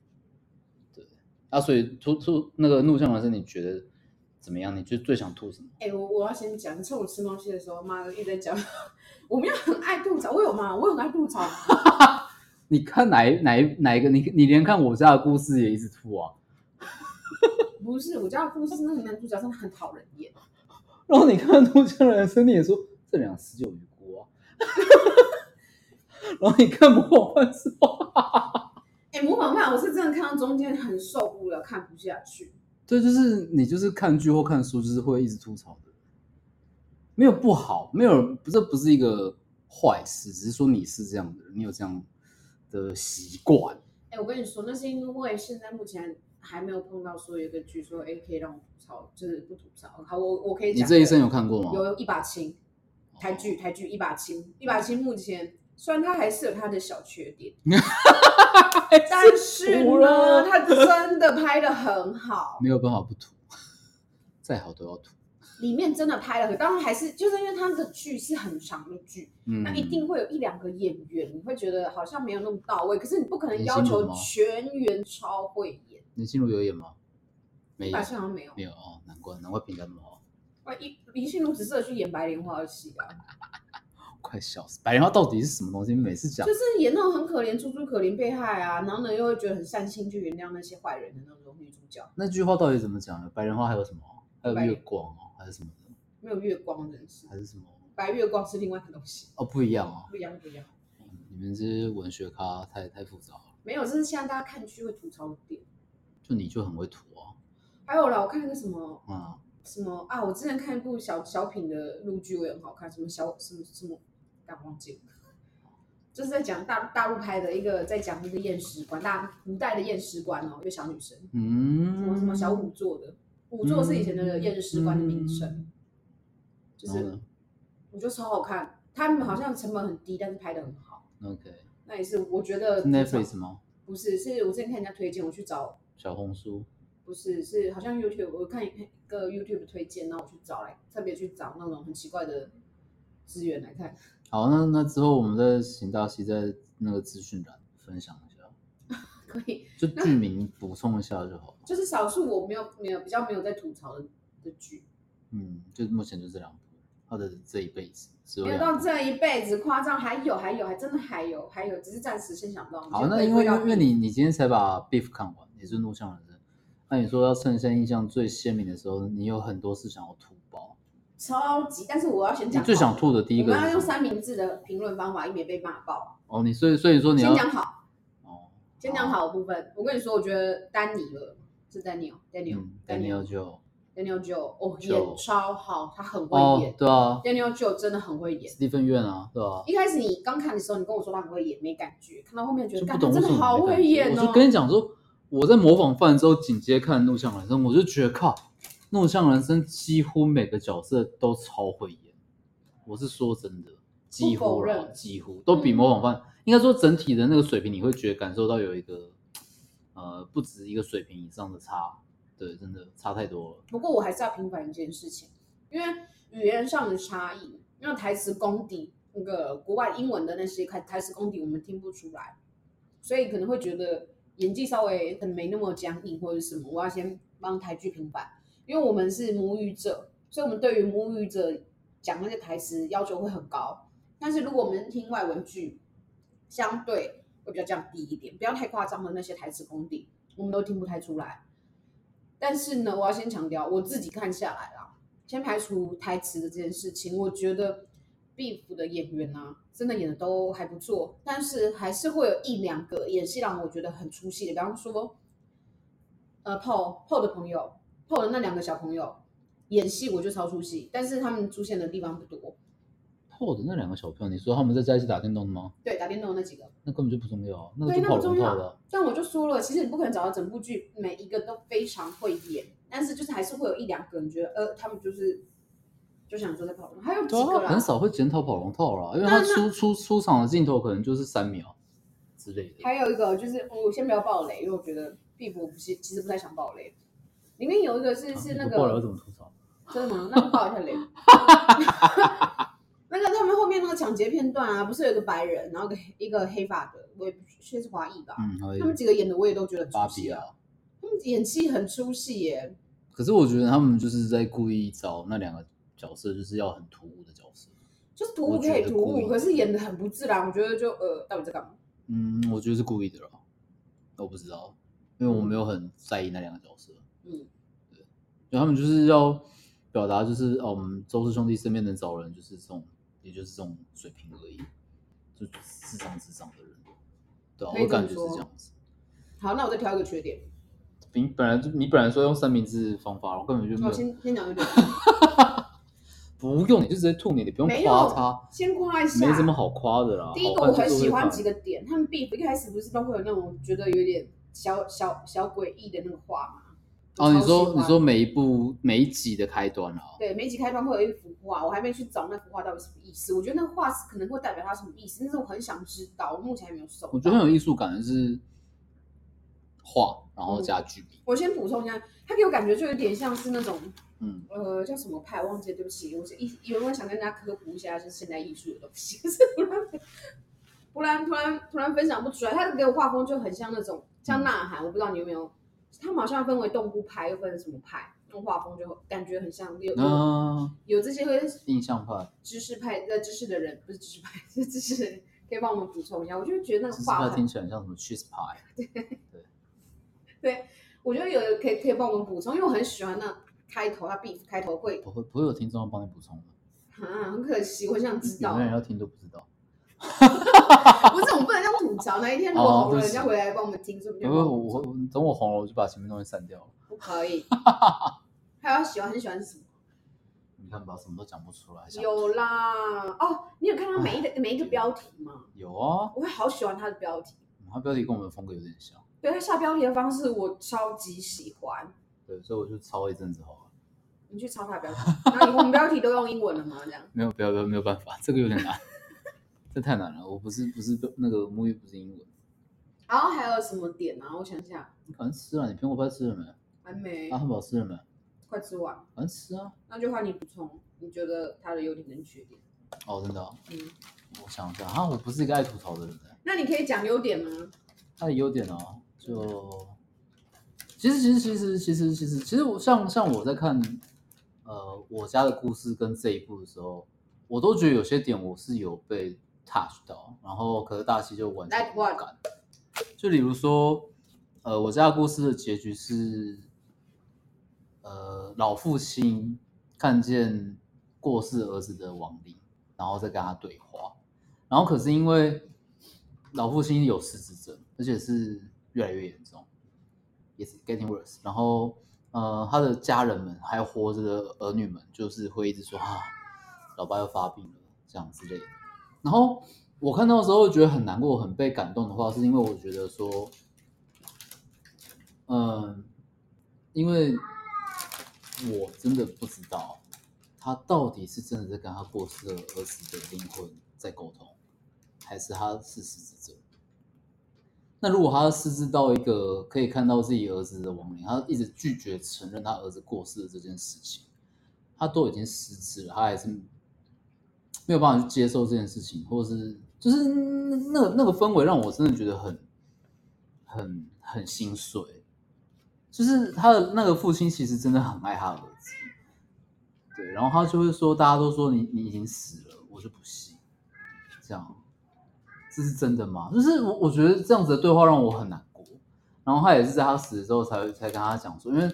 对啊，所以吐吐那个怒向老师，你觉得怎么样？你就最想吐什么？哎、我我要先讲，你趁我吃东西的时候，妈的一直在讲， <laughs> 我们要很爱吐槽，我有吗？我很爱吐槽吗， <laughs> 你看哪一哪一哪一个？你你连看我家的故事也一直吐啊，不是，我家的故事那个男主角真的很讨人厌，然后你看怒向人生，你也说这两十九余锅、啊， <laughs> 然后你看魔王万岁，哎、模仿犯我是真的看到中间很受不了，看不下去，对，就是你就是看剧或看书，就是会一直吐槽的，没有不好，没有这不是一个坏事，只是说你是这样的人，你有这样的习惯。哎、我跟你说，那是因为现在目前还没有碰到说有一个剧说，哎、可以让我吐槽，就是不吐槽，好，我我可以你讲，这一生有看过吗？ <laughs> 有一把青，台剧台剧一把青，一把青目前虽然它还是有它的小缺点， <laughs> 但是服呢，了它真的拍的很好，没有办法不吐，再好都要吐。里面真的拍的很，当然还是就是因为它的剧是很长的剧，嗯，那一定会有一两个演员你会觉得好像没有那么到位，可是你不可能要林心如求吗全员超会演，林心如有演吗？没一有把，青好像没有没，有哦，难怪难怪评价那么好，哇一林心如只适合去演白莲花的戏啊，快笑死！白莲花到底是什么东西？每次讲就是演那种很可怜、楚楚可怜被害啊，然后呢又会觉得很善心去原谅那些坏人的那种女主角，那句话到底怎么讲呢？白莲花还有什么？还有月光哦，还是什么的？没有月光真是，还是什么？白月光是另外一个东西，哦，不一样哦。不一样不一样。你们这些文学咖太太复杂了，没有，这是现在大家看剧会吐槽的点。就你就很会吐啊还有啦，我看那个什么啊！什么啊？我之前看一部小小品的陆剧，我也很好看，什么小什么什么，刚忘记了，就是在讲大大陆拍的一个，在讲那个验尸官，大古代的验尸官哦，一个小女生，嗯，什么什么小仵作的，仵作是以前的验尸官的名称，嗯就然后是呢我觉得超好看，他们好像成本很低，但是拍的很好，嗯？OK，那也是我觉得是 Netflix 吗？不是，是我之前看人家推荐，我去找小红书，不是，是好像 YouTube，我看一个 YouTube 推荐，然后我去找来，特别去找那种很奇怪的资源来看。 <laughs> 好，那那之后我们再请大西在那个资讯栏分享一下，可以，就剧名补充一下就好。就是少数我没有没有比较没有在吐槽的的剧，嗯，就目前就这两部，他的这一辈子只有没有两到部。这一辈子夸张，还有还有还真的还有还有，只是暂时先想不到。我好，们那先因为回到因为你你今天才把 Beef 看完，也是怒呛人生，那你说要趁现在印象最鲜明的时候，你有很多事想要吐爆，超级，但是我要先你讲最想好吐的第一我个们是要用什么三明治的评论方法，以免被骂爆。哦，你所以所以说你要先讲好，哦，先讲好的部分。我跟你说，我觉得丹尼尔是 Daniel，Daniel，Daniel，Daniel、嗯，Daniel 就 Daniel 就哦 Joe 演超好，他很会演。哦，对啊 Daniel Joe 真的很会演。 ，Stephen 院啊，对啊，一开始你刚看的时候，你跟我说他很会演，没感觉；看到后面觉得，就干不他懂为真什的么没好感会觉演我哦就。跟你讲说，我在模仿犯之后，紧接着看《怒呛人生》，我就觉得靠，《怒呛人生》几乎每个角色都超会演。我是说真的，几不乎否啦，认嗯几乎都比模仿犯，应该说整体的那个水平，你会觉得感受到有一个，呃，不止一个水平以上的差。对，真的差太多了。不过我还是要平反一件事情，因为语言上的差异，因为台词功底，那个国外英文的那些台台词功底我们听不出来，所以可能会觉得演技稍微可能没那么僵硬或者什么。我要先帮台剧平反，因为我们是母语者，所以我们对于母语者讲那些台词要求会很高。但是如果我们听外文剧，相对会比较降低一点，不要太夸张的那些台词功底，我们都听不太出来。但是呢，我要先强调，我自己看下来啦，先排除台词的这件事情，我觉得 Beef 的演员啊，真的演的都还不错，但是还是会有一两个演戏让我觉得很出戏的，比方说，呃，Paul Paul 的朋友，Paul 的那两个小朋友演戏，我就超出戏，但是他们出现的地方不多。透的那两个小朋友，你说他们在家一起打电动的吗？对，打电动的那几个，那根本就不重要啊，那个对，就那跑不重龙套要。了啊。但我就说了，其实你不可能找到整部剧每一个都非常会演，但是就是还是会有一两个，你觉得呃，他们就是就想说在跑龙套，还有几对个啊，啦，很少会检讨跑龙套啦，因为他那出出出场的镜头可能就是三秒之类的。还有一个就是我先不要爆雷，因为我觉得毕博不是其实不太想爆雷。里面有一个是是那啊爆料个怎么吐槽？真的吗？那我爆一下 <laughs> 雷。那个他们后面那个抢劫片段啊，不是有一个白人，然后一个黑一个黑发的，我也不确定是华裔吧。嗯，还有一他们个几个演的我也都觉得很芭出比戏啊，啊。他们演戏很出戏耶。可是我觉得他们就是在故意找那两个角色，就是要很突兀的角色。就是突兀我觉可以得突故意兀，可是演的很不自然，我觉得就呃，到底在干嘛？嗯，我觉得是故意的啦。我不知道，因为我没有很在意那两个角色。嗯，因为他们就是要表达，就是哦，我们周氏兄弟身边能找人，就是这种，也就是这种水平而已，就智障智障的人。对啊，可以我这么感觉是说这样子。好，那我再挑一个缺点，你本来就你本来说用三明治方法，我根本就没我有先先讲优点，不用，你就直接吐你，你不用没夸有他，，先夸一下，没什么好夸的啦。第一好个我看很就是喜会欢看几个点，他们 beef 一开始不是都会有那种觉得有点小小小诡异的那个话吗？我哦，你超喜说欢你说每一部每一集的开端啊，对，每一集开端会有一幅画，我还没去找那幅画到底什么意思。我觉得那个画是可能会代表它什么意思，但是我很想知道，我目前还没有搜到。我觉得很有艺术感的是画，然嗯后加剧名，我先补充一下，他给我感觉就有点像是那种嗯，呃，叫什么派？忘记了，对不起，我是一有没有想跟大家科普一下，就是现代艺术的东西， <laughs> 可是突然突然突然突然分享不出来。他给我画风就很像那种嗯像《呐喊》，我不知道你有没有，他们好像分为动物派，又分成什么派，那种画风就感觉很像有有啊那有这些会印象派知识派呃知识的人，不是知识派， <laughs> 是知识的人可以帮我们补充一下。我就觉得那其个实画它很听起来像什么 cheese pie，我觉得有人可以可以帮我们补充，因为我很喜欢那开头，他 beef 开头会不会不会有听众要帮你补充的，啊，很可惜，我很想知有道没有。人要听都不知道。不是，我们不能这样吐槽。哪一天如果红了，人家回来帮我们听，说不定因为我我等我红了，我就把前面东西删掉了。不可以。还有喜欢很喜欢什么？你看吧，什么都讲不出来。想有啦，哦，你有看到每一个每一个标题吗？有啊，我会好喜欢他的标题，它标题跟我们的风格有点像，对他下标题的方式我超级喜欢。对，所以我就抄一阵子好了。你去抄他的标题，那你我们标题都用英文了吗？这样没有，不要不要，没有办法，这个有点难， <laughs> 这太难了。我不是不是那个母语不是英文，然后还有什么点啊？我想一下，你赶快吃啊！你苹果派吃了没？还没，啊，汉堡吃了没？快吃完，赶快吃啊！那就换你补充。你觉得他的优点跟缺点？哦，真的哦、嗯，我想一下，啊，我不是一个爱吐槽的人欸那你可以讲优点吗？它的优点哦，就其实其实其实其实其实其实我像像我在看呃我家的故事跟这一部的时候，我都觉得有些点我是有被 touch 到，然后可是大西就完全 Like 无 what？感。就比如说，呃，我家的故事的结局是，呃，老父亲看见过世儿子的亡灵，然后再跟他对话，然后可是因为老父亲有失智症，而且是越来越严重，it's getting worse。然后呃，他的家人们还活着的儿女们，就是会一直说啊，老爸又发病了这样之类的。然后我看到的时候觉得很难过，很被感动的话，是因为我觉得说，嗯，因为我真的不知道他到底是真的在跟他过世的儿子的灵魂在沟通，还是他是失智者。那如果他失智到一个可以看到自己儿子的亡灵，他一直拒绝承认他儿子过世的这件事情，他都已经失智了，他还是没有办法去接受这件事情，或是就是那个那个氛围让我真的觉得很很很心碎。就是他的那个父亲其实真的很爱他儿子，对，然后他就会说，大家都说你你已经死了，我就不信，这样，这是真的吗？就是我我觉得这样子的对话让我很难过。然后他也是在他死的时候才会才跟他讲说，因为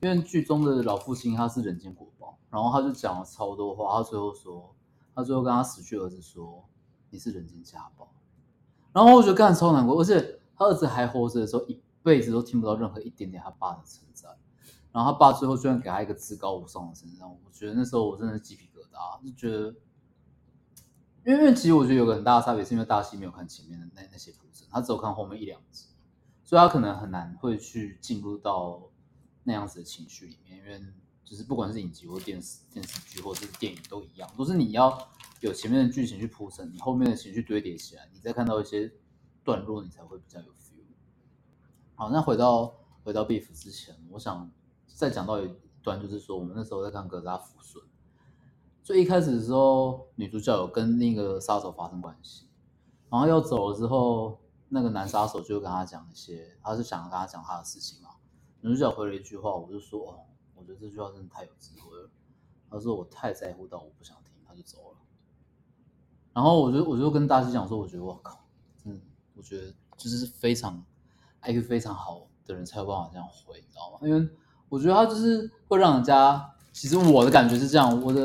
因为剧中的老父亲他是人间国宝，然后他就讲了超多话，他最后说，他最后跟他死去儿子说，你是人间家宝。然后我觉得干超难过，而且他儿子还活着的时候，一辈子都听不到任何一点点他爸的称赞。然后他爸最后居然给他一个至高无上的称赞，我觉得那时候我真的鸡皮疙瘩，就觉得，因为因为其实我觉得有个很大的差别，是因为大西没有看前面的那那些铺陈，他只有看后面一两集，所以他可能很难会去进入到那样子的情绪里面，因为就是不管是影集或电视电视剧或者是电影都一样，都是你要有前面的剧情去铺陈，你后面的情绪堆叠起来，你再看到一些段落，你才会比较有 feel。好，那回到回到 beef 之前，我想再讲到一段，就是说我们那时候在看《格拉福顺》，最一开始的时候，女主角有跟那个杀手发生关系，然后要走了之后，那个男杀手就跟他讲一些，他是想要跟他讲他的事情嘛。女主角回了一句话，我就说哦，我觉得这句话真的太有智慧了。他说我太在乎到我不想听，他就走了。然后我就我就跟大西讲说，我觉得我靠，嗯，我觉得就是非常 IQ 非常好的人才有办法这样回，你知道吗？因为我觉得他就是会让人家，其实我的感觉是这样，我的，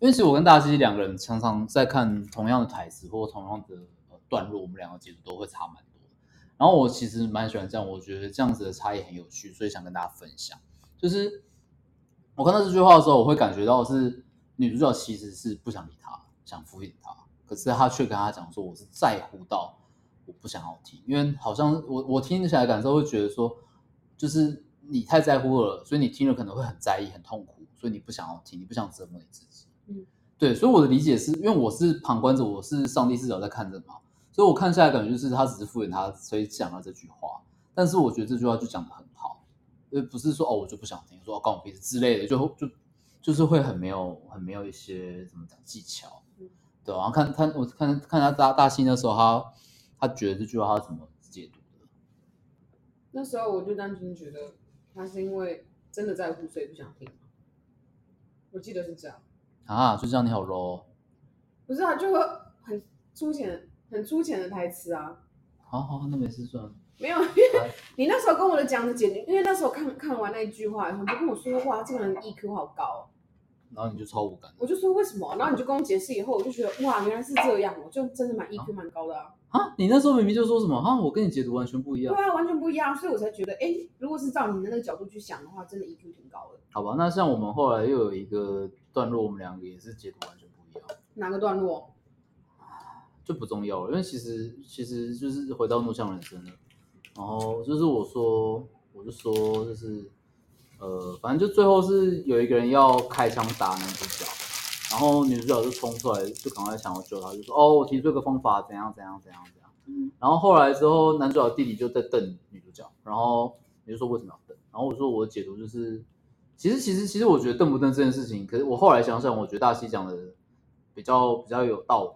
因为其实我跟大西两个人常常在看同样的台词或同样的呃段落，我们两个解读都会差蛮多的。然后我其实蛮喜欢这样，我觉得这样子的差异很有趣，所以想跟大家分享。就是我看到这句话的时候，我会感觉到是女主角其实是不想理他，想敷衍他，可是她却跟他讲说我是在乎到我不想要听，因为好像我我听起来的感受会觉得说，就是你太在乎了，所以你听了可能会很在意、很痛苦，所以你不想要听，你不想折磨你自己。嗯，对，所以我的理解是因为我是旁观者，我是上帝视角在看着嘛，所以我看下来感觉就是他只是敷衍他，所以讲了这句话。但是我觉得这句话就讲的很好，呃，不是说哦我就不想听，说哦关我屁事之类的，就就就是会很没有很没有一些怎么讲技巧，对、啊。然后看看我看看他大大西那时候他他觉得这句话他怎么解读的，那时候我就单纯觉得他是因为真的在乎，所以不想听。我记得是这样，啊，就这样你好 low 哦不是啊，就会很粗浅、很粗浅的台词啊。好好，那没事算了。没有，因 <laughs> 为你那时候跟我的讲的简直，因为那时候看看完那一句话，你就跟我说哇，这个人 EQ 好高、哦，然后你就超无感我就说为什么？然后你就跟我解释以后，我就觉得哇，原来是这样，我就真的蛮 EQ 蛮高的啊。啊！你那时候明明就说什么啊，我跟你解读完全不一样对啊，完全不一样，所以我才觉得，哎，如果是照你的那个角度去想的话，真的 EQ 挺高的。好吧，那像我们后来又有一个段落，我们两个也是解读完全不一样，哪个段落？就不重要了。因为其实其实就是回到怒向人生了，然后就是我说，我就说就是呃，反正就最后是有一个人要开枪打男主角，然后女主角就冲出来，就赶快想要救他，就说哦，我提出一个方法，怎样怎样怎样怎样。然后后来之后，男主角弟弟就在瞪女主角，然后你就说为什么要瞪？然后我说我的解读就是，其实其实其实我觉得瞪不瞪这件事情，可是我后来想想，我觉得大西讲的比较比较有道理，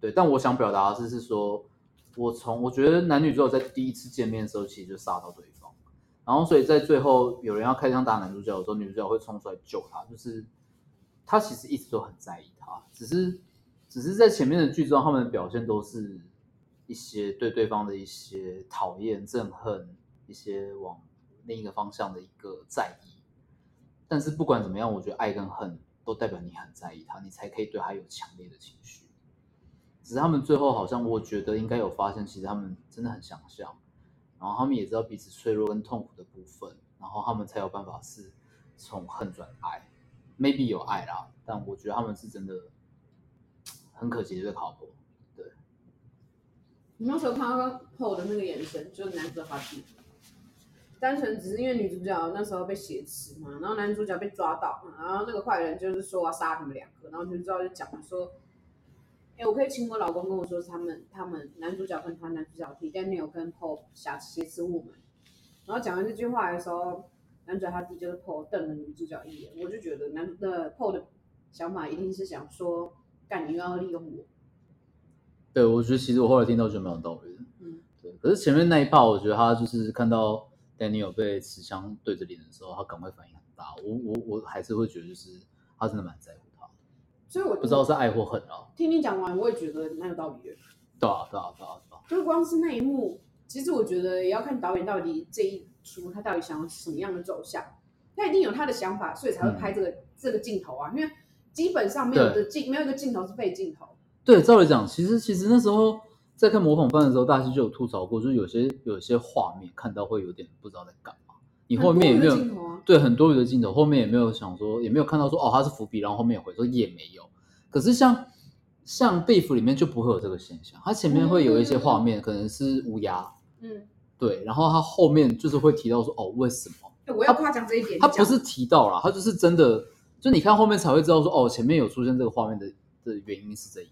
对。但我想表达的是是说，我从我觉得男女主角在第一次见面的时候，其实就杀到对方，然后所以在最后有人要开枪打男主角的时候，女主角会冲出来救他，就是他其实一直都很在意他，只是只是在前面的剧中，他们的表现都是一些对对方的一些讨厌、憎恨，一些往另一个方向的一个在意。但是不管怎么样，我觉得爱跟恨都代表你很在意他，你才可以对他有强烈的情绪。只是他们最后好像，我觉得应该有发现，其实他们真的很相像，然后他们也知道彼此脆弱跟痛苦的部分，然后他们才有办法是从恨转爱。maybe 有爱啦，但我觉得他们是真的很可惜的这个 couple。你那时候看到 PO 的那个眼神，就是男主角发脾气，哦单纯只是因为女主角那时候被挟持嘛，然后男主角被抓到，然后那个坏人就是说要杀你们两个，然后女主角就讲了说，哎、我可以请我老公跟我说是他们他们男主角跟他男主角弟，但你有跟 PO 挟挟持我们，然后讲完这句话的时候，男主角他弟就是 PO 瞪了女主角一眼，我就觉得男的 PO 的想法一定是想说，干你又要利用我，对，我觉得其实我后来听到觉得蛮有道理的。嗯，对。可是前面那一 part，我觉得他就是看到 Daniel 被持枪对着脸的时候，他赶快反应很大。我我我还是会觉得就是他真的蛮在乎他，所以我不知道是爱或恨啊。听你讲完，我也觉得蛮有道理的。对啊，对啊，对啊，对啊。就是光是那一幕，其实我觉得也要看导演到底这一出他到底想要什么样的走向，他一定有他的想法，所以才会拍这个、嗯这个镜头啊。因为基本上没有的镜，没有一个镜头是被镜头。对，照理讲，其实其实那时候在看模仿犯的时候，大西就有吐槽过，就是有些有些画面看到会有点不知道在干嘛。你后面也没有很多余的镜头啊对很多余的镜头，后面也没有想说，也没有看到说哦它是伏笔，然后后面有回说也没有。可是像像 Beef 里面就不会有这个现象，它前面会有一些画面，可能是乌鸦，嗯，对，然后它后面就是会提到说哦为什么。哎我要夸奖这一点。他你讲不是提到了，他就是真的，就你看后面才会知道说，哦，前面有出现这个画面的的原因是这一个。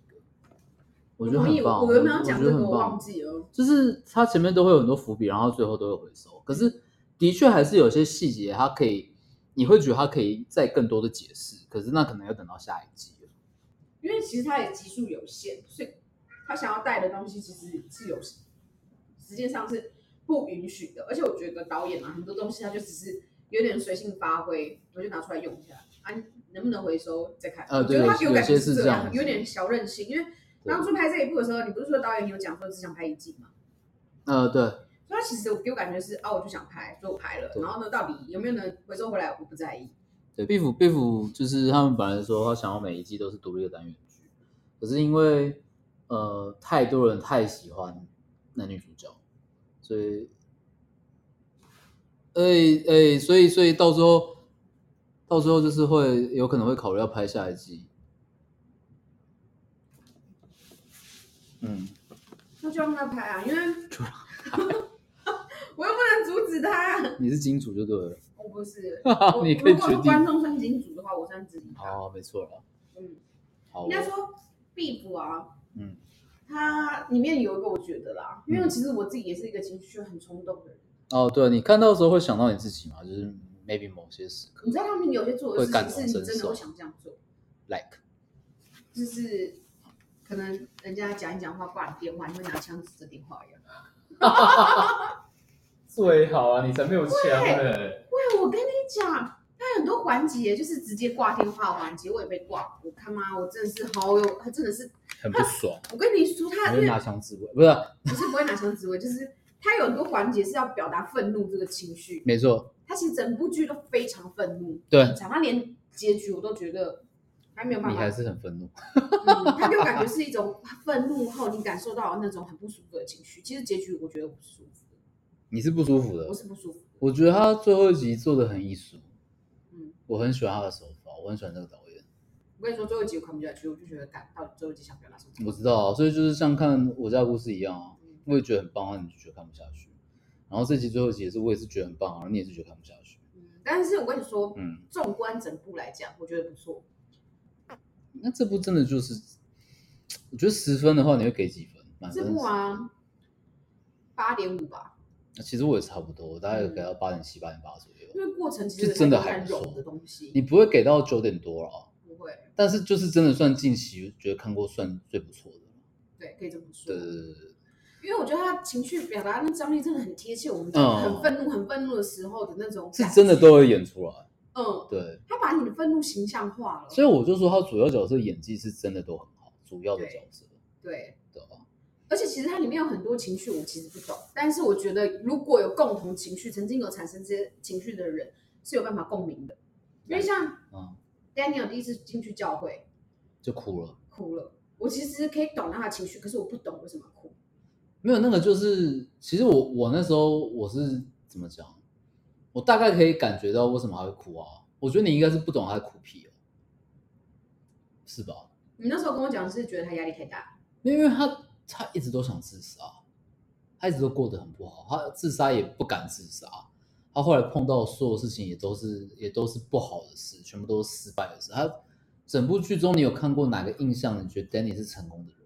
我觉得同意很棒，我我原觉本得要很讲这个，我忘棒。记了。就是他前面都会有很多伏笔，然后最后都会回收。可是的确还是有些细节，它可以，你会觉得它可以再更多的解释，可是那可能要等到下一季了。因为其实他也集数有限，所以他想要带的东西其实是有时间上是不允许的。而且我觉得导演啊，很多东西他就只是有点随性发挥，我就拿出来用一下啊，能不能回收再看。呃我觉得对他给我感觉有些是这这样子有点小任性。因为当初拍这一部的时候，你不是说导演有讲说只想拍一季吗？呃，对，所以他其实给我感觉是哦，我就想拍，所以我拍了。对然后呢，到底有没有能回收回来，我不在意。对，贝府贝府就是他们本来说他想要每一季都是独立的单元剧，可是因为呃太多人太喜欢男女主角，所以，哎、哎、所以所以到时候到时候就是会有可能会考虑要拍下一季，嗯，那就让他拍啊，因为 <laughs> 我又不能阻止他、啊你是金主就对了，我哦不 <laughs> 是，哈哈我你可以如果决是定观，众算金主的话，我算自己。好，哦没错了，嗯，好，哦应该说 beef 啊，嗯，它里面有一个我觉得啦，因为其实我自己也是一个情绪很冲动的人。哦，对你看到的时候会想到你自己嘛，就是 maybe 某些时刻你知道他们有些做的会感事同情是你身真的受会想这样做， ，like。就是可能人家讲一讲话挂你电话，你会拿枪指着电话一样。最好啊，你才没有枪嘞、喂，我跟你讲。它有很多环节就是直接挂电话环节，我也被挂过。他妈，我真的是好有，他真的是，很不 <laughs> 爽，我跟你说，他因我就为拿枪自卫，不是，不是不会拿枪指挥，就是他有很多环节是要表达愤怒这个情绪。没错，他其实整部剧都非常愤怒，对讲他连结局我都觉得还没有办你法还，是很 <laughs> 愤怒，嗯，他给我感觉是一种愤怒后你感受到那种很不舒服的情绪。其实结局我觉得我不舒服，你是不舒服的我。是不舒服的。我觉得他最后一集做的很艺术，嗯，我很喜欢他的手法，我很喜欢这个导演。我跟你说，最后一集我看不下去，我就觉得，干到底最后一集想表达什么？我知道啊，所以就是像看《我家的故事》一样啊，嗯我也觉得很棒，但你就觉得看不下去。然后这集最后一集也是，我也是觉得很棒，啊然后你也是觉得看不下去。嗯但是我跟你说，嗯，纵观整部来讲，我觉得不错。那这部真的就是，我觉得十分的话，你会给几分？满这分部10分，啊，八点五吧，其实我也差不多，我大嗯概给到八点七、八点八左右。因为过程其实这真的很还很不错柔的东西，你不会给到九点多了啊，不会，但是就是真的算近期觉得看过算最不错的。对，可以这么说对。对对对对，因为我觉得他情绪表达那张力真的很贴切，我们嗯很愤怒、很愤怒的时候的那种，是真的都。有演出来。嗯，对，他把你的愤怒形象化了。所以我就说他主要角色演技是真的都很好，主要的角色，对，对吧？而且其实它里面有很多情绪，我其实不懂，但是我觉得如果有共同情绪，曾经有产生这些情绪的人是有办法共鸣的。因为像嗯， Daniel 第一次进去教会就哭了。哭了，我其实可以懂他的情绪，可是我不懂为什么哭。没有那个就是，其实我我那时候我是怎么讲，我大概可以感觉到为什么他会哭啊。我觉得你应该是不懂他在哭屁哦，是吧？你那时候跟我讲是觉得他压力太大，因为他他一直都想自杀，他一直都过得很不好，他自杀也不敢自杀，他后来碰到的所有事情也都是也都是不好的事，全部都是失败的事。他整部剧中，你有看过哪个印象？你觉得 Danny 是成功的人？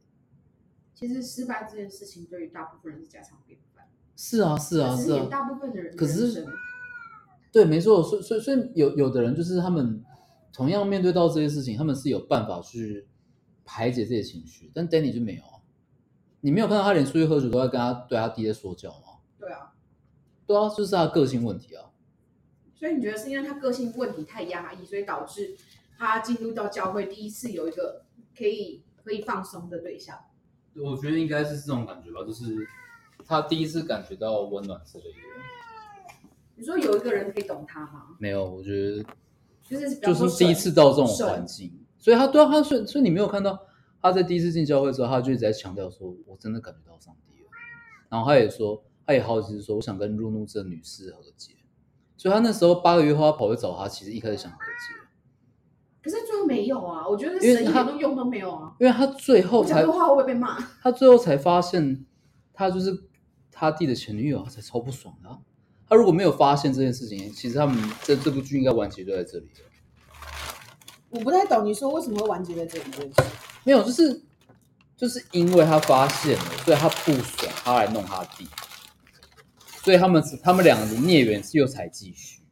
其实失败这件事情对于大部分人是家常便饭，是啊，是啊，可是连啊。大部分的人可人是生，对，没错。所以所以所以有有的人就是他们同样面对到这些事情，他们是有办法去排解这些情绪，但 Danny 就没有啊。你没有看到他连出去喝酒都在跟他对他爹说教吗？对啊，对啊，就是他的个性问题啊。所以你觉得是因为他个性问题太压抑，所以导致他进入到教会第一次有一个可以可以放松的对象。我觉得应该是这种感觉吧，就是他第一次感觉到温暖之类的。你说有一个人可以懂他吗？没有，我觉得就是比就方说是第一次到这种环神境，所以他对啊，他所以所以你没有看到他在第一次进教会的时候，他就一直在强调说，我真的感觉到上帝了。然后他也说，他也好奇地说，我想跟路怒症女士和解。所以他那时候八个月后，他跑去找他，其实一开始想和解，可是最后没有啊，我觉得因为神一他点都用都没有啊。因为他最后我讲才这话会不会被骂？他最后才发现，他就是他弟的前女友，他才超不爽的啊、他如果没有发现这件事情，其实他们这这部剧应该完结就在这里了。我不太懂你说为什么会完结在这里这件事。没有，就是就是因为他发现了，所以他不爽，他来弄他弟，所以他们他们两个的孽缘是又才继续。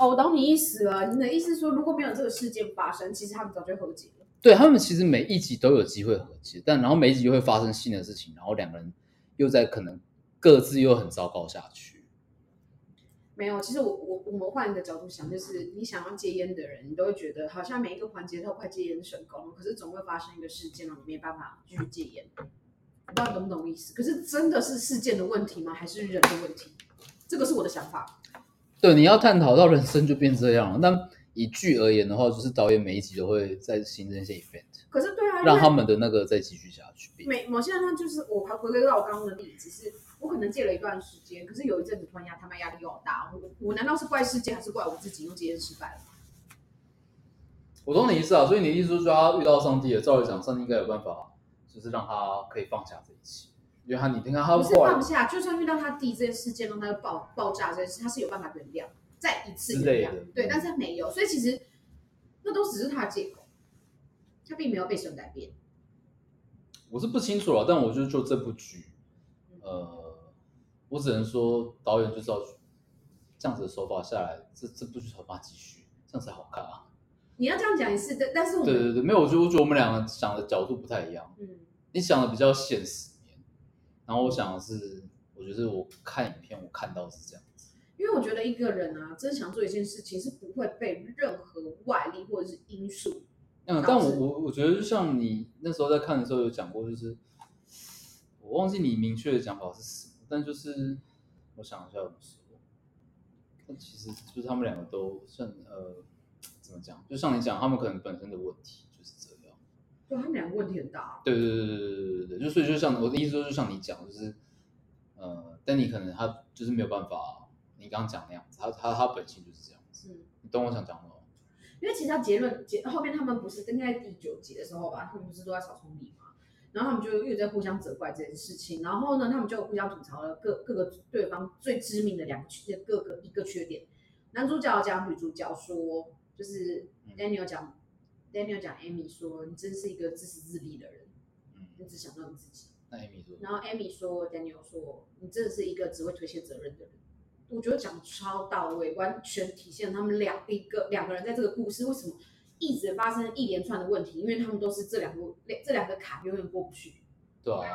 哦，我懂你意思了。你的意思是说，如果没有这个事件发生，其实他们早就和解了。对他们其实每一集都有机会和解，但然后每一集又会发生新的事情，然后两个人又在可能各自又很糟糕下去。没有，其实我我我们换一个角度想，就是你想要戒烟的人，你都会觉得好像每一个环节都快戒烟成功了，可是总会发生一个事件让你没办法继续戒烟。我不知道你懂不懂意思？可是真的是事件的问题吗？还是人的问题？这个是我的想法。对，你要探讨到人生就变这样了。那以剧而言的话，就是导演每一集都会再新增一些 event，可是对啊，因为让他们的那个再继续下去。每某些人他就是我还回归到我刚刚的例子，是我可能戒了一段时间，可是有一阵子突然压他妈压力又好大，我我难道是怪世界，还是怪我自己用戒烟失败了？我懂你意思啊，所以你的意思就是说他遇到上帝了，照理讲，上帝应该有办法，就是让他可以放下这一切。因为他你你看他不是后来放下，就算遇到他弟这件事件，让他爆爆炸这件事，他是有办法原谅，再一次之类原谅的，对，嗯但是他没有，所以其实那都只是他的借口，他并没有被神改变。我是不清楚了，啊但我就是就这部剧，呃，我只能说导演就是要这样子的手法下来，这这部剧才把它继续，这样才好看啊。你要这样讲也是，但但是我对们，对对，没有，我觉得我觉得我们两个想的角度不太一样。嗯，你想的比较现实面，然后我想的是，我觉得是我看影片我看到是这样子，因为我觉得一个人啊，真想做一件事情是不会被任何外力或者是因素嗯，但我我我觉得就像你那时候在看的时候有讲过，就是我忘记你明确的讲法是什么，但就是我想一下怎么说，但其实就是他们两个都算呃怎么讲，就像你讲，他们可能本身的问题就是这样。对他们两个问题很大。啊对对对对对对对，就所以就像我的意思说，就像你讲，就是呃，但你可能他就是没有办法，你刚刚讲那样子，他他他本性就是这样子。嗯，你懂我想讲的吗？因为其实他结论结后面他们不是应该第九集的时候吧，他们不是都在炒葱米嘛，然后他们就又在互相责怪这件事情，然后呢，他们就互相吐槽了各各个对方最致命的两个缺各个一个缺点。男主角讲女主角说，就是 Daniel 讲、Daniel 讲 Amy 说，你真是一个自私自利的人，你嗯，只想到你自己。那 Amy 说，然后 Amy 说，Daniel 说，你真的是一个只会推卸责任的人。我觉得讲得超到位，完全体现他们两一个两个人在这个故事为什么一直发生一连串的问题，因为他们都是这两个两这两个坎永远过不去。对啊，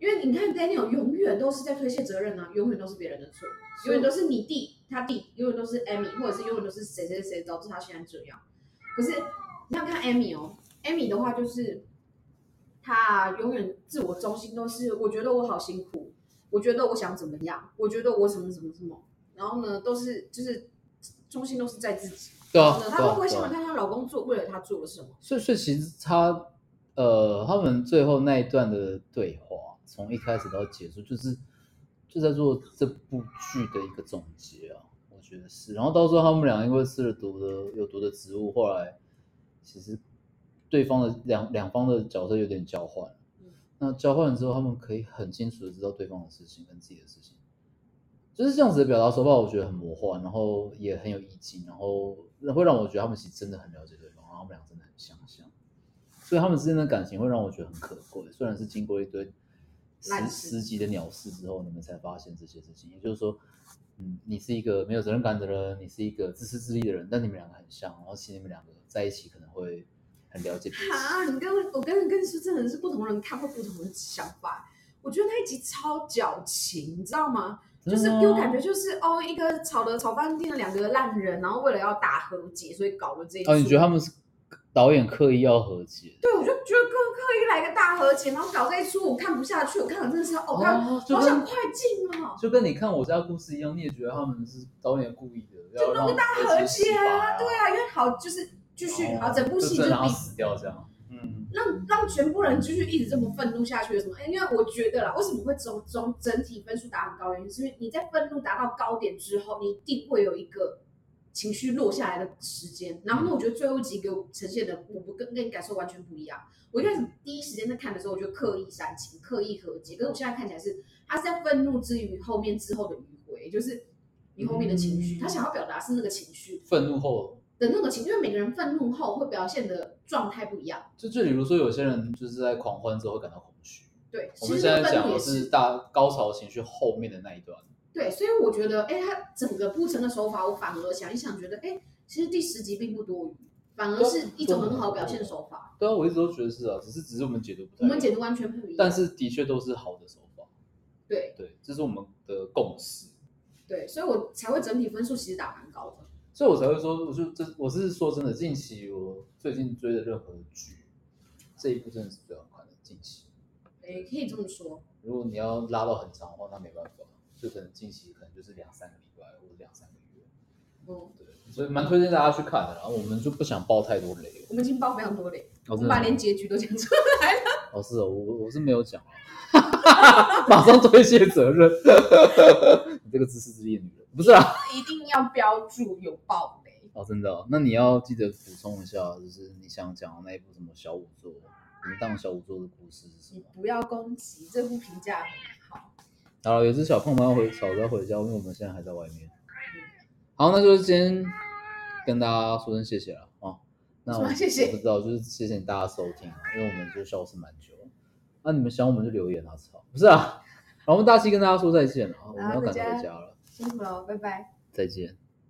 因为你看 Daniel 永远都是在推卸责任啊，永远都是别人的错，永远都是你弟他弟，永远都是 Amy，或者是永远都是谁谁谁导致他现在这样。可是你想看 Amy 哦，Amy 的话就是她永远自我中心，都是我觉得我好辛苦，我觉得我想怎么样，我觉得我什么什么什么，然后呢都是就是中心都是在自己。对啊，她对都啊不会想对啊想看她老公做为了她做了什么。所以，所以其实他，呃，他们最后那一段的对话，从一开始到结束，就是就在做这部剧的一个总结啊，我觉得是。然后到最后，他们俩因为吃了毒的有毒的植物，后来其实对方的两两方的角色有点交换嗯。那交换了之后，他们可以很清楚的知道对方的事情跟自己的事情，就是这样子的表达手法，我觉得很魔幻，然后也很有意境，然后会让我觉得他们其实真的很了解对方，然后他们俩真的很相像，所以他们之间的感情会让我觉得很可贵。虽然是经过一堆十烂事十级的鸟事之后，你们才发现这些事情，也就是说，嗯，你是一个没有责任感的人，你是一个自私自利的人，但你们两个很像，然后其实你们两个在一起可能会很了解彼此。啊哈，你跟我跟跟是真的是不同人看会不同的想法。我觉得那一集超矫情，你知道吗？就是给我感觉就是哦，一个吵的吵翻天的两个烂人，然后为了要打和解，所以搞了这一出。哦，你觉得他们是导演刻意要和解？对，我就觉得刻刻意来个大和解，然后搞这一出，我看不下去，我看了真的是哦，看、哦就好跟想快进哦，就跟你看我家故事一样，你也觉得他们是导演故意的，要让大和解啊，对对啊，因为好就是继续好，整部戏哦就就真的让他比死掉这样。嗯，让让全部人继续一直这么愤怒下去有什么？哎因为我觉得啦，为什么会总总整体分数打很高，原因是因为你在愤怒达到高点之后，你一定会有一个情绪落下来的时间。然后呢，我觉得最后一集给我呈现的，我不跟跟你感受完全不一样。我一开始第一时间在看的时候，我就刻意煽情、刻意和解，可是我现在看起来是他是在愤怒之余后面之后的迂回，就是你后面的情绪，嗯他想要表达是那个情绪愤怒后的那个情绪，因为每个人愤怒后会表现的状态不一样。就就比如说有些人就是在狂欢之后会感到空虚，对，我其们实现在那个愤讲怒也的是大高潮情绪后面的那一段。对，所以我觉得，哎，他整个铺陈的手法，我反而想一想，觉得，哎，其实第十集并不多余，反而是一种很好的表现手法。对啊，我一直都觉得是啊，只是只是我们解读不我太一样，们解读完全不一样。但是的确都是好的手法，对对，这是我们的共识。对，所以我才会整体分数其实打蛮高的。所以我才会说，我就这我是说真的，近期我最近追的任何剧，这一部真的是最好看的。近期，也可以这么说。如果你要拉到很长的话，那没办法，就可能近期可能就是两三个礼拜或者两三个月，嗯，对，所以蛮推荐大家去看的。然后我们就不想爆太多雷了。我们已经爆非常多嘞，我哦，们真把的连吗结局都讲出哦是哦，我我是没有讲啊， <laughs> 马上推卸责任， <laughs> 你这个自私自利的女人，不是啊。来，一定要标注有爆雷。哦，真的、哦？那你要记得补充一下，就是你想讲的那一部什么小五座淫荡小五座的故事是什你么？不要攻击，这部评价很好。好了，有只小胖猫回吵着要回家，因为我们现在还在外面。好，那就是今天跟大家说声谢谢了哦。那我什么谢谢我不知道，就是谢谢大家收听，啊因为我们就消失蛮久了。那、你们想我们就留言啊，操，不是啊。然后我们大西跟大家说再见了啊，我们好要大赶着家回家了，辛苦了，拜拜。再见。